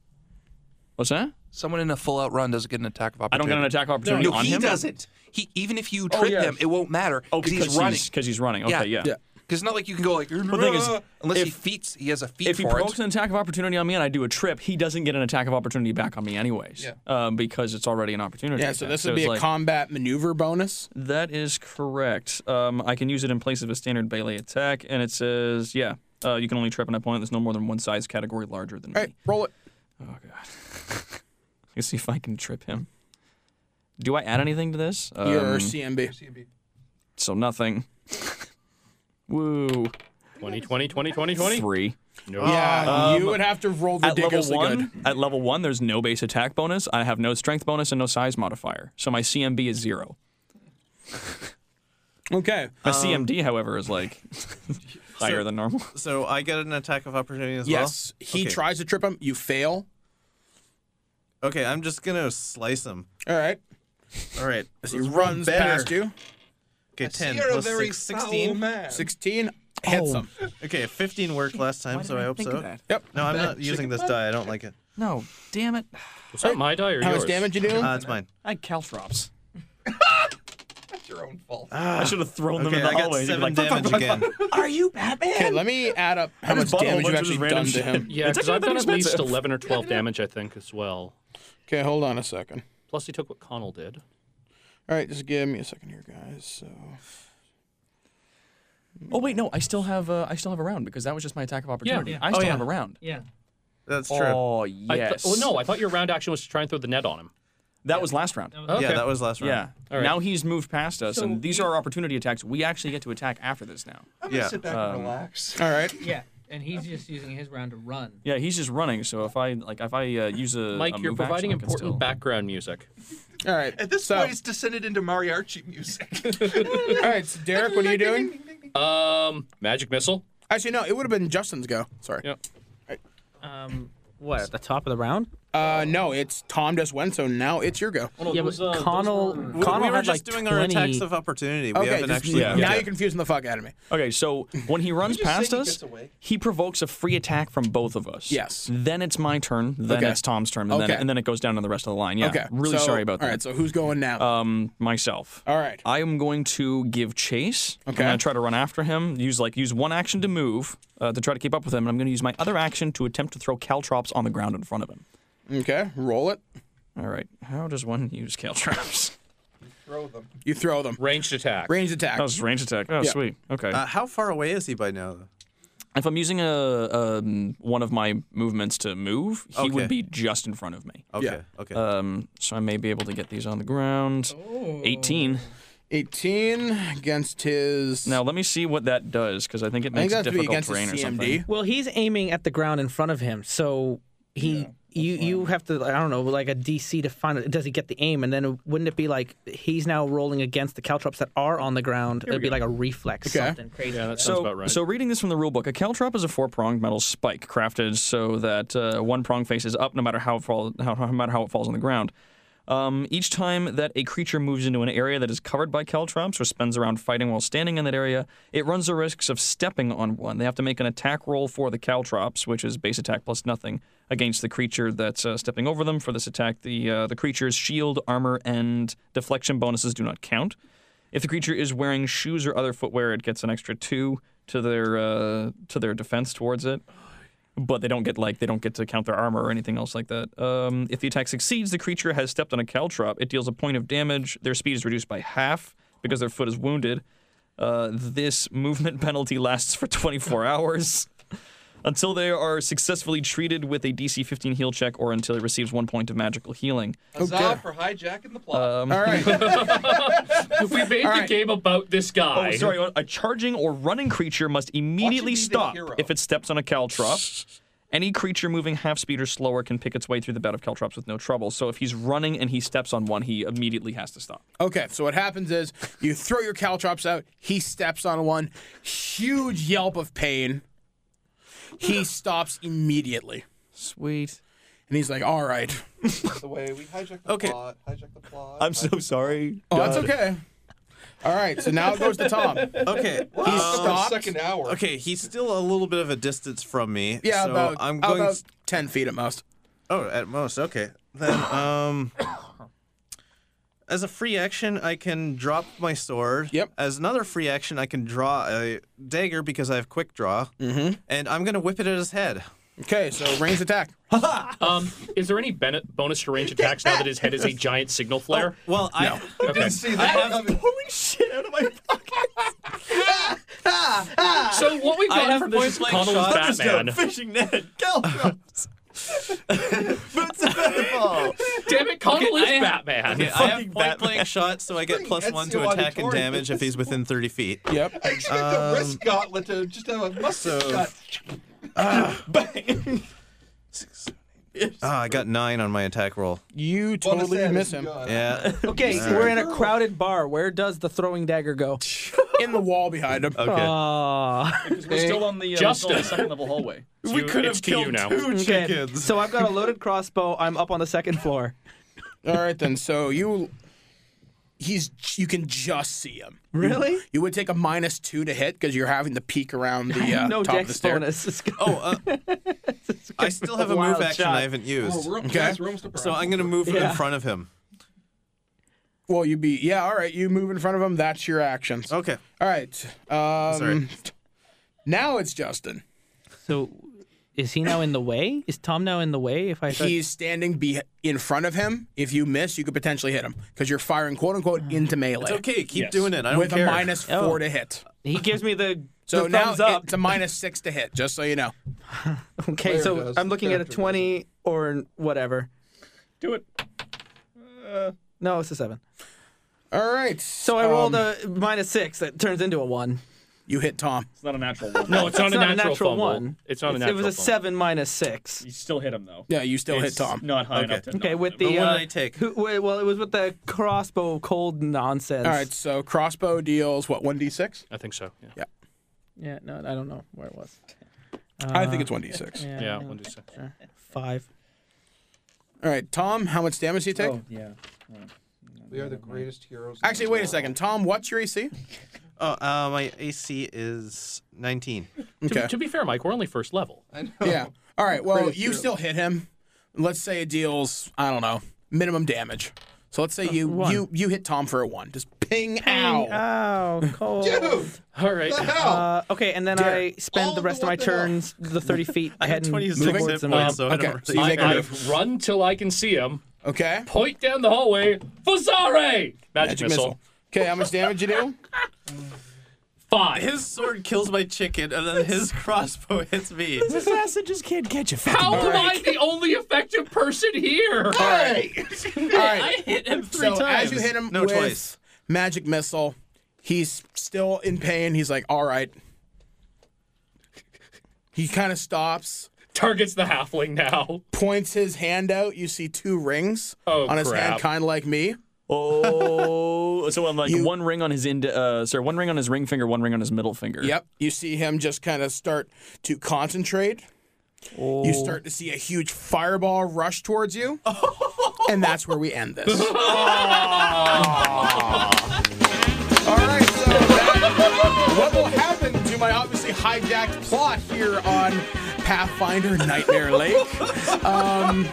Speaker 3: What's that?
Speaker 4: Someone in a full out run doesn't get an attack of
Speaker 3: I
Speaker 4: opportunity.
Speaker 3: don't get an attack of opportunity
Speaker 4: No,
Speaker 3: on
Speaker 4: he
Speaker 3: him. Oh,
Speaker 4: doesn't. He even if you trip
Speaker 3: yeah.
Speaker 4: him, it won't matter
Speaker 3: Oh,
Speaker 4: because
Speaker 3: because
Speaker 4: he's running.
Speaker 3: because he's running. Okay, yeah.
Speaker 4: Because it's not like you can go like. The
Speaker 3: thing is,
Speaker 4: unless he
Speaker 3: if-
Speaker 4: feats, he has a feat
Speaker 3: If he
Speaker 4: for it.
Speaker 3: provokes an attack of opportunity on me and I do a trip, he doesn't get an attack of opportunity back on me anyways. Yeah. Um, because it's already an opportunity.
Speaker 1: Yeah. So
Speaker 3: attack.
Speaker 1: this would be
Speaker 3: it's
Speaker 1: a
Speaker 3: like,
Speaker 1: combat maneuver bonus.
Speaker 7: Mm-hmm.
Speaker 3: That is correct. Um, I can use it in place of a standard melee attack, and it says, yeah, uh, you can only trip an opponent that's no more than one size category larger than
Speaker 1: All right.
Speaker 3: me.
Speaker 1: Roll it.
Speaker 3: Oh god. Let's see if I can trip him. Do I add anything to this?
Speaker 1: Your
Speaker 3: Um,
Speaker 1: CMB.
Speaker 3: so nothing. Woo.
Speaker 14: 20, 20, 20, 20, 20.
Speaker 3: Three.
Speaker 14: No.
Speaker 1: Yeah.
Speaker 3: Um,
Speaker 1: you would have to roll
Speaker 3: At level
Speaker 1: ridiculously
Speaker 3: one,
Speaker 1: good.
Speaker 3: at level one, there's no base attack bonus. I have no strength bonus and no size modifier, so my CMB is zero.
Speaker 1: Okay.
Speaker 3: My CMD, however, is like higher than normal.
Speaker 10: So I get an attack of opportunity as well.
Speaker 1: Yes. He
Speaker 10: Okay.
Speaker 1: tries to trip him. You fail.
Speaker 10: Okay, I'm just gonna slice him.
Speaker 1: All right.
Speaker 10: All right.
Speaker 15: As he runs past you.
Speaker 10: Okay,
Speaker 15: I see
Speaker 10: ten
Speaker 15: you're a
Speaker 10: plus
Speaker 15: very
Speaker 10: six,
Speaker 15: foul
Speaker 10: 16.
Speaker 15: man.
Speaker 1: 16 hits him.
Speaker 10: Okay, 15 worked last time,
Speaker 1: Why
Speaker 10: so
Speaker 1: did
Speaker 10: I
Speaker 1: I
Speaker 10: hope
Speaker 1: think
Speaker 10: so.
Speaker 1: of that? Yep.
Speaker 10: No, I'm
Speaker 1: Bad
Speaker 10: not using
Speaker 1: chicken
Speaker 10: this
Speaker 1: butt.
Speaker 10: die. I don't like it.
Speaker 8: No, damn it.
Speaker 14: Was that my die or
Speaker 10: How much
Speaker 14: yours?
Speaker 10: damage you doing? Uh, it's mine.
Speaker 14: I had caltrops.
Speaker 10: Ah.
Speaker 14: I should have thrown them
Speaker 10: Okay,
Speaker 14: in the
Speaker 10: I got
Speaker 14: hallway. They'd be
Speaker 10: seven
Speaker 14: like,
Speaker 10: damage again.
Speaker 1: Are you Batman? Okay, let me add up how much damage you've actually done to him.
Speaker 14: Yeah, because I've done at least 11 or 12 damage, I think, as well.
Speaker 1: Okay, hold on a second.
Speaker 14: Plus, he took what Connell did.
Speaker 1: All right, just give me a second here, guys. So.
Speaker 3: Oh wait, no, I still have uh, I still have a round because that was just my attack of opportunity. I
Speaker 14: Oh,
Speaker 3: still
Speaker 14: yeah.
Speaker 3: have a round.
Speaker 14: Yeah.
Speaker 10: That's
Speaker 3: true. Oh, yes.
Speaker 14: well, no, I thought your round action was to try and throw the net on him.
Speaker 3: That was last round.
Speaker 14: Okay. Yeah, that was last round.
Speaker 3: Yeah.
Speaker 14: All right.
Speaker 3: Now he's moved past us,
Speaker 14: So
Speaker 3: and these are our opportunity attacks. We actually get to attack after this now.
Speaker 15: I'm gonna sit back and
Speaker 3: Um,
Speaker 15: relax.
Speaker 1: All right.
Speaker 16: Yeah, and he's just using his round to run.
Speaker 3: Yeah, he's just running. So if I like, if I uh, use a
Speaker 14: Mike,
Speaker 3: a
Speaker 14: you're
Speaker 3: move action,
Speaker 14: providing
Speaker 3: I can
Speaker 14: important
Speaker 3: still-
Speaker 14: background music.
Speaker 1: All right.
Speaker 9: At this
Speaker 1: so-
Speaker 9: point, it's descended into mariachi music.
Speaker 1: All right, so Derek, what are you doing?
Speaker 14: Um, magic missile.
Speaker 1: Actually, no, it would have been Justin's go. Sorry.
Speaker 14: Yep.
Speaker 1: Um,
Speaker 7: What, at the top of the round?
Speaker 1: Uh, no, it's Tom just went, so now it's your go.
Speaker 7: Yeah, but Connell, Connell
Speaker 10: We, we were
Speaker 7: had
Speaker 10: just
Speaker 7: like
Speaker 10: doing
Speaker 7: 20...
Speaker 10: our attacks of opportunity. We
Speaker 3: Okay,
Speaker 10: haven't
Speaker 3: just-
Speaker 10: actually.
Speaker 3: yeah.
Speaker 1: Now
Speaker 3: Okay.
Speaker 1: you're confusing the fuck out of me.
Speaker 3: Okay, so when he runs
Speaker 1: you just
Speaker 3: past
Speaker 1: say he
Speaker 3: us,
Speaker 1: gets away?
Speaker 3: he provokes a free attack from both of us.
Speaker 1: Yes.
Speaker 3: Then it's my turn. Then
Speaker 1: Okay.
Speaker 3: it's Tom's turn, and
Speaker 1: Okay.
Speaker 3: then and then it goes down to the rest of the line. Yeah.
Speaker 1: Okay,
Speaker 3: Really
Speaker 1: so-
Speaker 3: sorry about that.
Speaker 1: all right, so who's going now?
Speaker 3: Um, myself.
Speaker 1: All right.
Speaker 3: I am going to give chase.
Speaker 1: Okay.
Speaker 3: I'm gonna try to run after him. Use like use one action to move uh, to try to keep up with him, and I'm gonna use my other action to attempt to throw caltrops on the ground in front of him.
Speaker 1: Okay, roll it.
Speaker 3: All right. How does one use caltrops?
Speaker 9: Throw them.
Speaker 1: You throw them.
Speaker 14: Ranged attack.
Speaker 1: Ranged attack.
Speaker 3: That was ranged attack. Oh,
Speaker 1: Yeah.
Speaker 3: sweet. Okay.
Speaker 10: Uh, how far away is he by now? Though?
Speaker 3: If I'm using a um, one of my movements to move, he
Speaker 10: Okay.
Speaker 3: would be just in front of me.
Speaker 10: Okay, Yeah. okay.
Speaker 3: Um, so I may be able to get these on the ground. 18.
Speaker 1: 18 against his.
Speaker 3: Now let me see what that does because I think it
Speaker 7: I think
Speaker 3: makes it
Speaker 7: that's to be
Speaker 3: difficult
Speaker 7: against his
Speaker 3: terrain or something.
Speaker 7: Well, he's aiming at the ground in front of him, so he you you have to I don't know like a DC to find it. Does he get the aim? And then wouldn't it be like he's now rolling against the caltrops that are on the ground? It'd be like a reflex something crazy.
Speaker 14: Yeah, that sounds
Speaker 3: So,
Speaker 14: about right.
Speaker 3: so reading this from the rulebook, a caltrop is a four-pronged metal spike crafted so that uh, one prong faces up, no matter how, it fall, how no matter how it falls on the ground. Um, each time that a creature moves into an area that is covered by caltrops or spends around fighting while standing in that area, it runs the risks of stepping on one. They have to make an attack roll for the caltrops, which is base attack plus nothing, against the creature that's uh, stepping over them. For this attack, the uh, the creature's shield, armor, and deflection bonuses do not count. If the creature is wearing shoes or other footwear, it gets an extra two to their uh, to their defense towards it. But they don't get like they don't get to count their armor or anything else like that. Um, if the attack succeeds, the creature has stepped on a caltrop. It deals a point of damage. Their speed is reduced by half because their foot is wounded. Uh, this movement penalty lasts for 24 hours until they are successfully treated with a DC 15 heal check or until it receives one point of magical healing.
Speaker 9: Huzzah for hijacking the plot.
Speaker 3: Um,
Speaker 9: All right.
Speaker 14: we made
Speaker 9: All right.
Speaker 14: the game about this guy.
Speaker 3: Oh, sorry. A charging or running creature must immediately stop if it steps on a caltrop. Any creature moving half speed or slower can pick its way through the bed of caltrops with no trouble. So if he's running and he steps on one, he immediately has to stop.
Speaker 1: Okay, so what happens is you throw your caltrops out. He steps on one. Huge yelp of pain. He stops immediately.
Speaker 3: Sweet.
Speaker 1: And he's like, all right.
Speaker 9: the way we hijack the
Speaker 1: Okay.
Speaker 9: plot, hijack the plot.
Speaker 3: I'm so sorry.
Speaker 1: Oh, that's okay. All right, so now it goes to Tom.
Speaker 10: Okay.
Speaker 1: He
Speaker 10: um,
Speaker 1: stopped.
Speaker 10: Okay, he's still a little bit of a distance from me.
Speaker 1: Yeah,
Speaker 10: so
Speaker 1: about,
Speaker 10: I'm going
Speaker 1: about 10 feet at most.
Speaker 10: Oh, at most. Okay. Then, um, as a free action, I can drop my sword. Yep. As another free action, I can draw a dagger because I have quick draw. Mm-hmm. And I'm gonna whip it at his head.
Speaker 1: Okay, so ranged attack.
Speaker 14: um, is there any ben- bonus to range attacks now that his head is a giant signal flare?
Speaker 10: well, I
Speaker 14: okay.
Speaker 15: I have pulling shit out of my pocket.
Speaker 14: So what we've
Speaker 15: I
Speaker 14: gotten
Speaker 15: have
Speaker 14: from this is
Speaker 15: point-blank
Speaker 14: Connell's
Speaker 15: shot.
Speaker 14: Batman.
Speaker 15: Thunderscope, fishing net, caltrops, boots of featherball.
Speaker 14: Damn it, Connell
Speaker 10: Okay,
Speaker 14: is
Speaker 10: I have-
Speaker 14: Batman.
Speaker 10: Okay, I have point blank shot, so I get plus
Speaker 9: Fucking
Speaker 10: one to
Speaker 9: Ezio
Speaker 10: attack and
Speaker 9: Auditore.
Speaker 10: damage if he's within 30 feet.
Speaker 1: Yep.
Speaker 9: I expect a wrist gauntlet to just have a muscle
Speaker 10: so-
Speaker 9: cut.
Speaker 10: Ah, I got nine on my attack roll.
Speaker 1: You
Speaker 10: Yeah.
Speaker 7: Okay,
Speaker 10: All
Speaker 7: we're in
Speaker 10: right.
Speaker 7: a crowded bar. Where does the throwing dagger go? Ah,
Speaker 1: in the wall behind him.
Speaker 3: Okay. Because we're still on the, uh, we're still on the
Speaker 7: Justin.
Speaker 3: second level hallway. It's
Speaker 7: We
Speaker 3: you-
Speaker 7: could have
Speaker 3: it's to you
Speaker 7: killed
Speaker 3: now.
Speaker 7: two
Speaker 1: Okay.
Speaker 7: So I've got a loaded crossbow. I'm up on the second floor.
Speaker 1: All right then. So you, he's you can just see him.
Speaker 7: Really?
Speaker 1: You, you would take a minus two to hit because you're having to peek around the uh,
Speaker 7: no
Speaker 1: top of
Speaker 7: dex
Speaker 1: the stair.
Speaker 7: bonus.
Speaker 10: I Oh, uh, still have a
Speaker 1: Wild
Speaker 10: move action
Speaker 1: shot.
Speaker 10: I haven't used.
Speaker 1: Oh, we're almost- guys, we're almost to
Speaker 10: so
Speaker 1: Brad.
Speaker 10: I'm going to move
Speaker 1: Yeah.
Speaker 10: in front of him.
Speaker 1: Well, you be yeah. All right, you move in front of him. That's your
Speaker 7: Oh.
Speaker 1: actions.
Speaker 10: Okay.
Speaker 1: All right. Um,
Speaker 10: Sorry.
Speaker 1: Now it's Justin.
Speaker 16: So, is he now in the way? Is Tom now in the way? If I start-
Speaker 1: He's standing be in front of him. If you miss, you could potentially hit him because you're firing quote unquote into melee.
Speaker 10: It's okay, keep Yes. doing it, I don't
Speaker 1: with
Speaker 10: care.
Speaker 1: a minus four
Speaker 10: Oh.
Speaker 1: to hit.
Speaker 7: He gives me the
Speaker 1: so
Speaker 7: the
Speaker 1: now
Speaker 7: thumbs up.
Speaker 1: it's a minus six to hit. Just so you know.
Speaker 7: Okay,
Speaker 1: Player
Speaker 7: so
Speaker 1: does,
Speaker 7: I'm looking at a
Speaker 1: character
Speaker 7: 20 or whatever.
Speaker 3: Do it.
Speaker 7: Uh, No, it's a 7.
Speaker 1: All right. Um,
Speaker 7: So I rolled a minus 6 that turns into a 1.
Speaker 1: You hit Tom.
Speaker 3: It's not a natural one.
Speaker 7: No, it's not a natural fumble.
Speaker 3: 1. It's not a natural
Speaker 7: It was a
Speaker 3: fumble.
Speaker 7: 7 minus 6.
Speaker 3: You still hit him, though.
Speaker 1: Yeah, you still
Speaker 3: It's
Speaker 1: hit Tom.
Speaker 3: Not high enough to
Speaker 7: Okay,
Speaker 3: knock
Speaker 7: with
Speaker 3: him.
Speaker 7: the uh, who- wait, well, it was with the crossbow cold nonsense.
Speaker 1: All right. So crossbow deals what one d six?
Speaker 5: I think so. Yeah.
Speaker 7: Yeah, no, I don't know where it was.
Speaker 1: I think it's 1d6.
Speaker 7: yeah,
Speaker 5: Yeah,
Speaker 7: yeah.
Speaker 5: 1d6.
Speaker 7: Sure. Five.
Speaker 1: All right, Tom. How much damage do you take?
Speaker 7: yeah.
Speaker 9: We are the greatest heroes.
Speaker 1: Actually, wait a second. Tom, what's your E AC?
Speaker 10: Oh, uh, my AC is 19.
Speaker 1: Okay.
Speaker 5: To, to be fair, Mike, we're only first level.
Speaker 9: I know.
Speaker 1: Yeah. All right. Well,
Speaker 9: Greatest
Speaker 1: you
Speaker 9: hero.
Speaker 1: still hit him. Let's say it deals. I don't know. Minimum damage. So let's say you
Speaker 7: one.
Speaker 1: you you hit Tom for a one. Just ping. Ow.
Speaker 7: Oh. Ow, cold.
Speaker 9: Dude!
Speaker 7: All right.
Speaker 9: the hell?
Speaker 7: Uh, okay, and then I spend the rest of my turns, the 30 feet,
Speaker 10: I had
Speaker 7: heading
Speaker 10: 26
Speaker 7: towards
Speaker 10: hit
Speaker 7: him.
Speaker 10: points, so I
Speaker 1: Um, Okay.
Speaker 10: don't
Speaker 1: So you
Speaker 10: really-
Speaker 14: I,
Speaker 1: make a move.
Speaker 14: I've run till I can see him.
Speaker 1: Okay.
Speaker 14: Point down the hallway. Fazare! Magic, missile.
Speaker 1: Okay. How much damage you do?
Speaker 14: Five.
Speaker 10: His sword kills my chicken, and then his crossbow hits me.
Speaker 3: This assassin just can't catch a fucking
Speaker 14: How am
Speaker 3: break.
Speaker 14: I the only effective person here? I hit him three
Speaker 1: so
Speaker 14: times.
Speaker 1: as you hit him
Speaker 10: No,
Speaker 1: with
Speaker 10: twice.
Speaker 1: magic missile, he's still in pain. He's like, all right. He kind of stops,
Speaker 14: Targets the halfling now.
Speaker 1: points his hand out. You see two rings
Speaker 14: Oh,
Speaker 1: on his hand,
Speaker 14: crap.
Speaker 1: kind of like me.
Speaker 3: Oh, so I'm like
Speaker 1: You-
Speaker 3: one ring on his ind- uh, sorry, one ring on his ring finger, one ring on his middle finger.
Speaker 1: Yep. You see him just kind of start to concentrate.
Speaker 14: Oh.
Speaker 1: You start to see a huge fireball rush towards you. and that's where we end this. All right, so that, what will happen to my obviously hijacked plot here on Pathfinder Nightmare Lake? Um,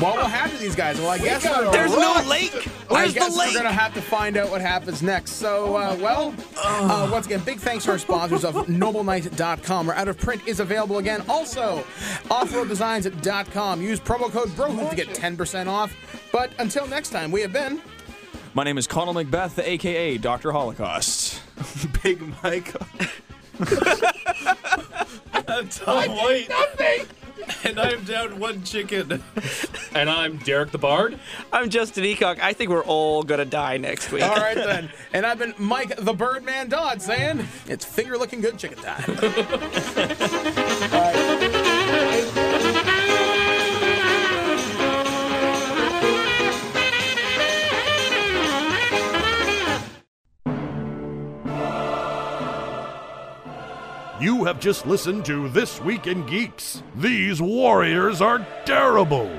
Speaker 1: what will happen to these guys? Well, I guess
Speaker 15: got
Speaker 1: we're-
Speaker 15: There's no lake. Where's
Speaker 1: I
Speaker 15: the
Speaker 1: guess
Speaker 15: lake?
Speaker 1: We're gonna have to find out what happens next. So, uh, well, uh, once again, big thanks to our sponsors of NobleKnight.com. Our out of print is available again. Also, OffroadDesigns.com. Use promo code BROHOOF to get 10% off. But until next time, we have been.
Speaker 3: My name is Connell Macbeth, the AKA Doctor Holocaust.
Speaker 10: Big Mike. I'm Tom White. And I'm down one chicken.
Speaker 14: And I'm Derek the Bard.
Speaker 7: I'm Justin Eacock. I think we're all going to die next week.
Speaker 1: All right then. And I've been Mike the Birdman Dodd saying it's finger looking good chicken time.
Speaker 2: You have just listened to This Week in Geeks. These warriors are terrible.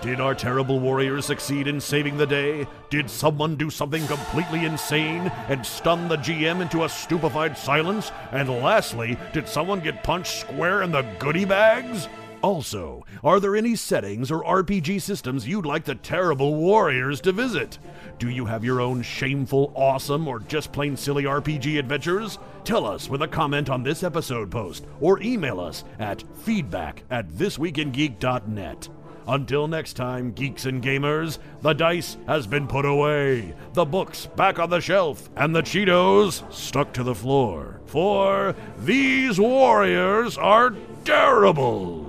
Speaker 2: Did our terrible warriors succeed in saving the day? Did someone do something completely insane and stun the GM into a stupefied silence? And lastly, did someone get punched square in the goodie bags? Also, are there any settings or RPG systems you'd like the terrible warriors to visit? Do you have your own shameful, awesome, or just plain silly RPG adventures? Tell us with a comment on this episode post or email us at feedback at thisweekingeek.net. Until next time, geeks and gamers, the dice has been put away, the books back on the shelf, and the Cheetos stuck to the floor. For these warriors are terrible!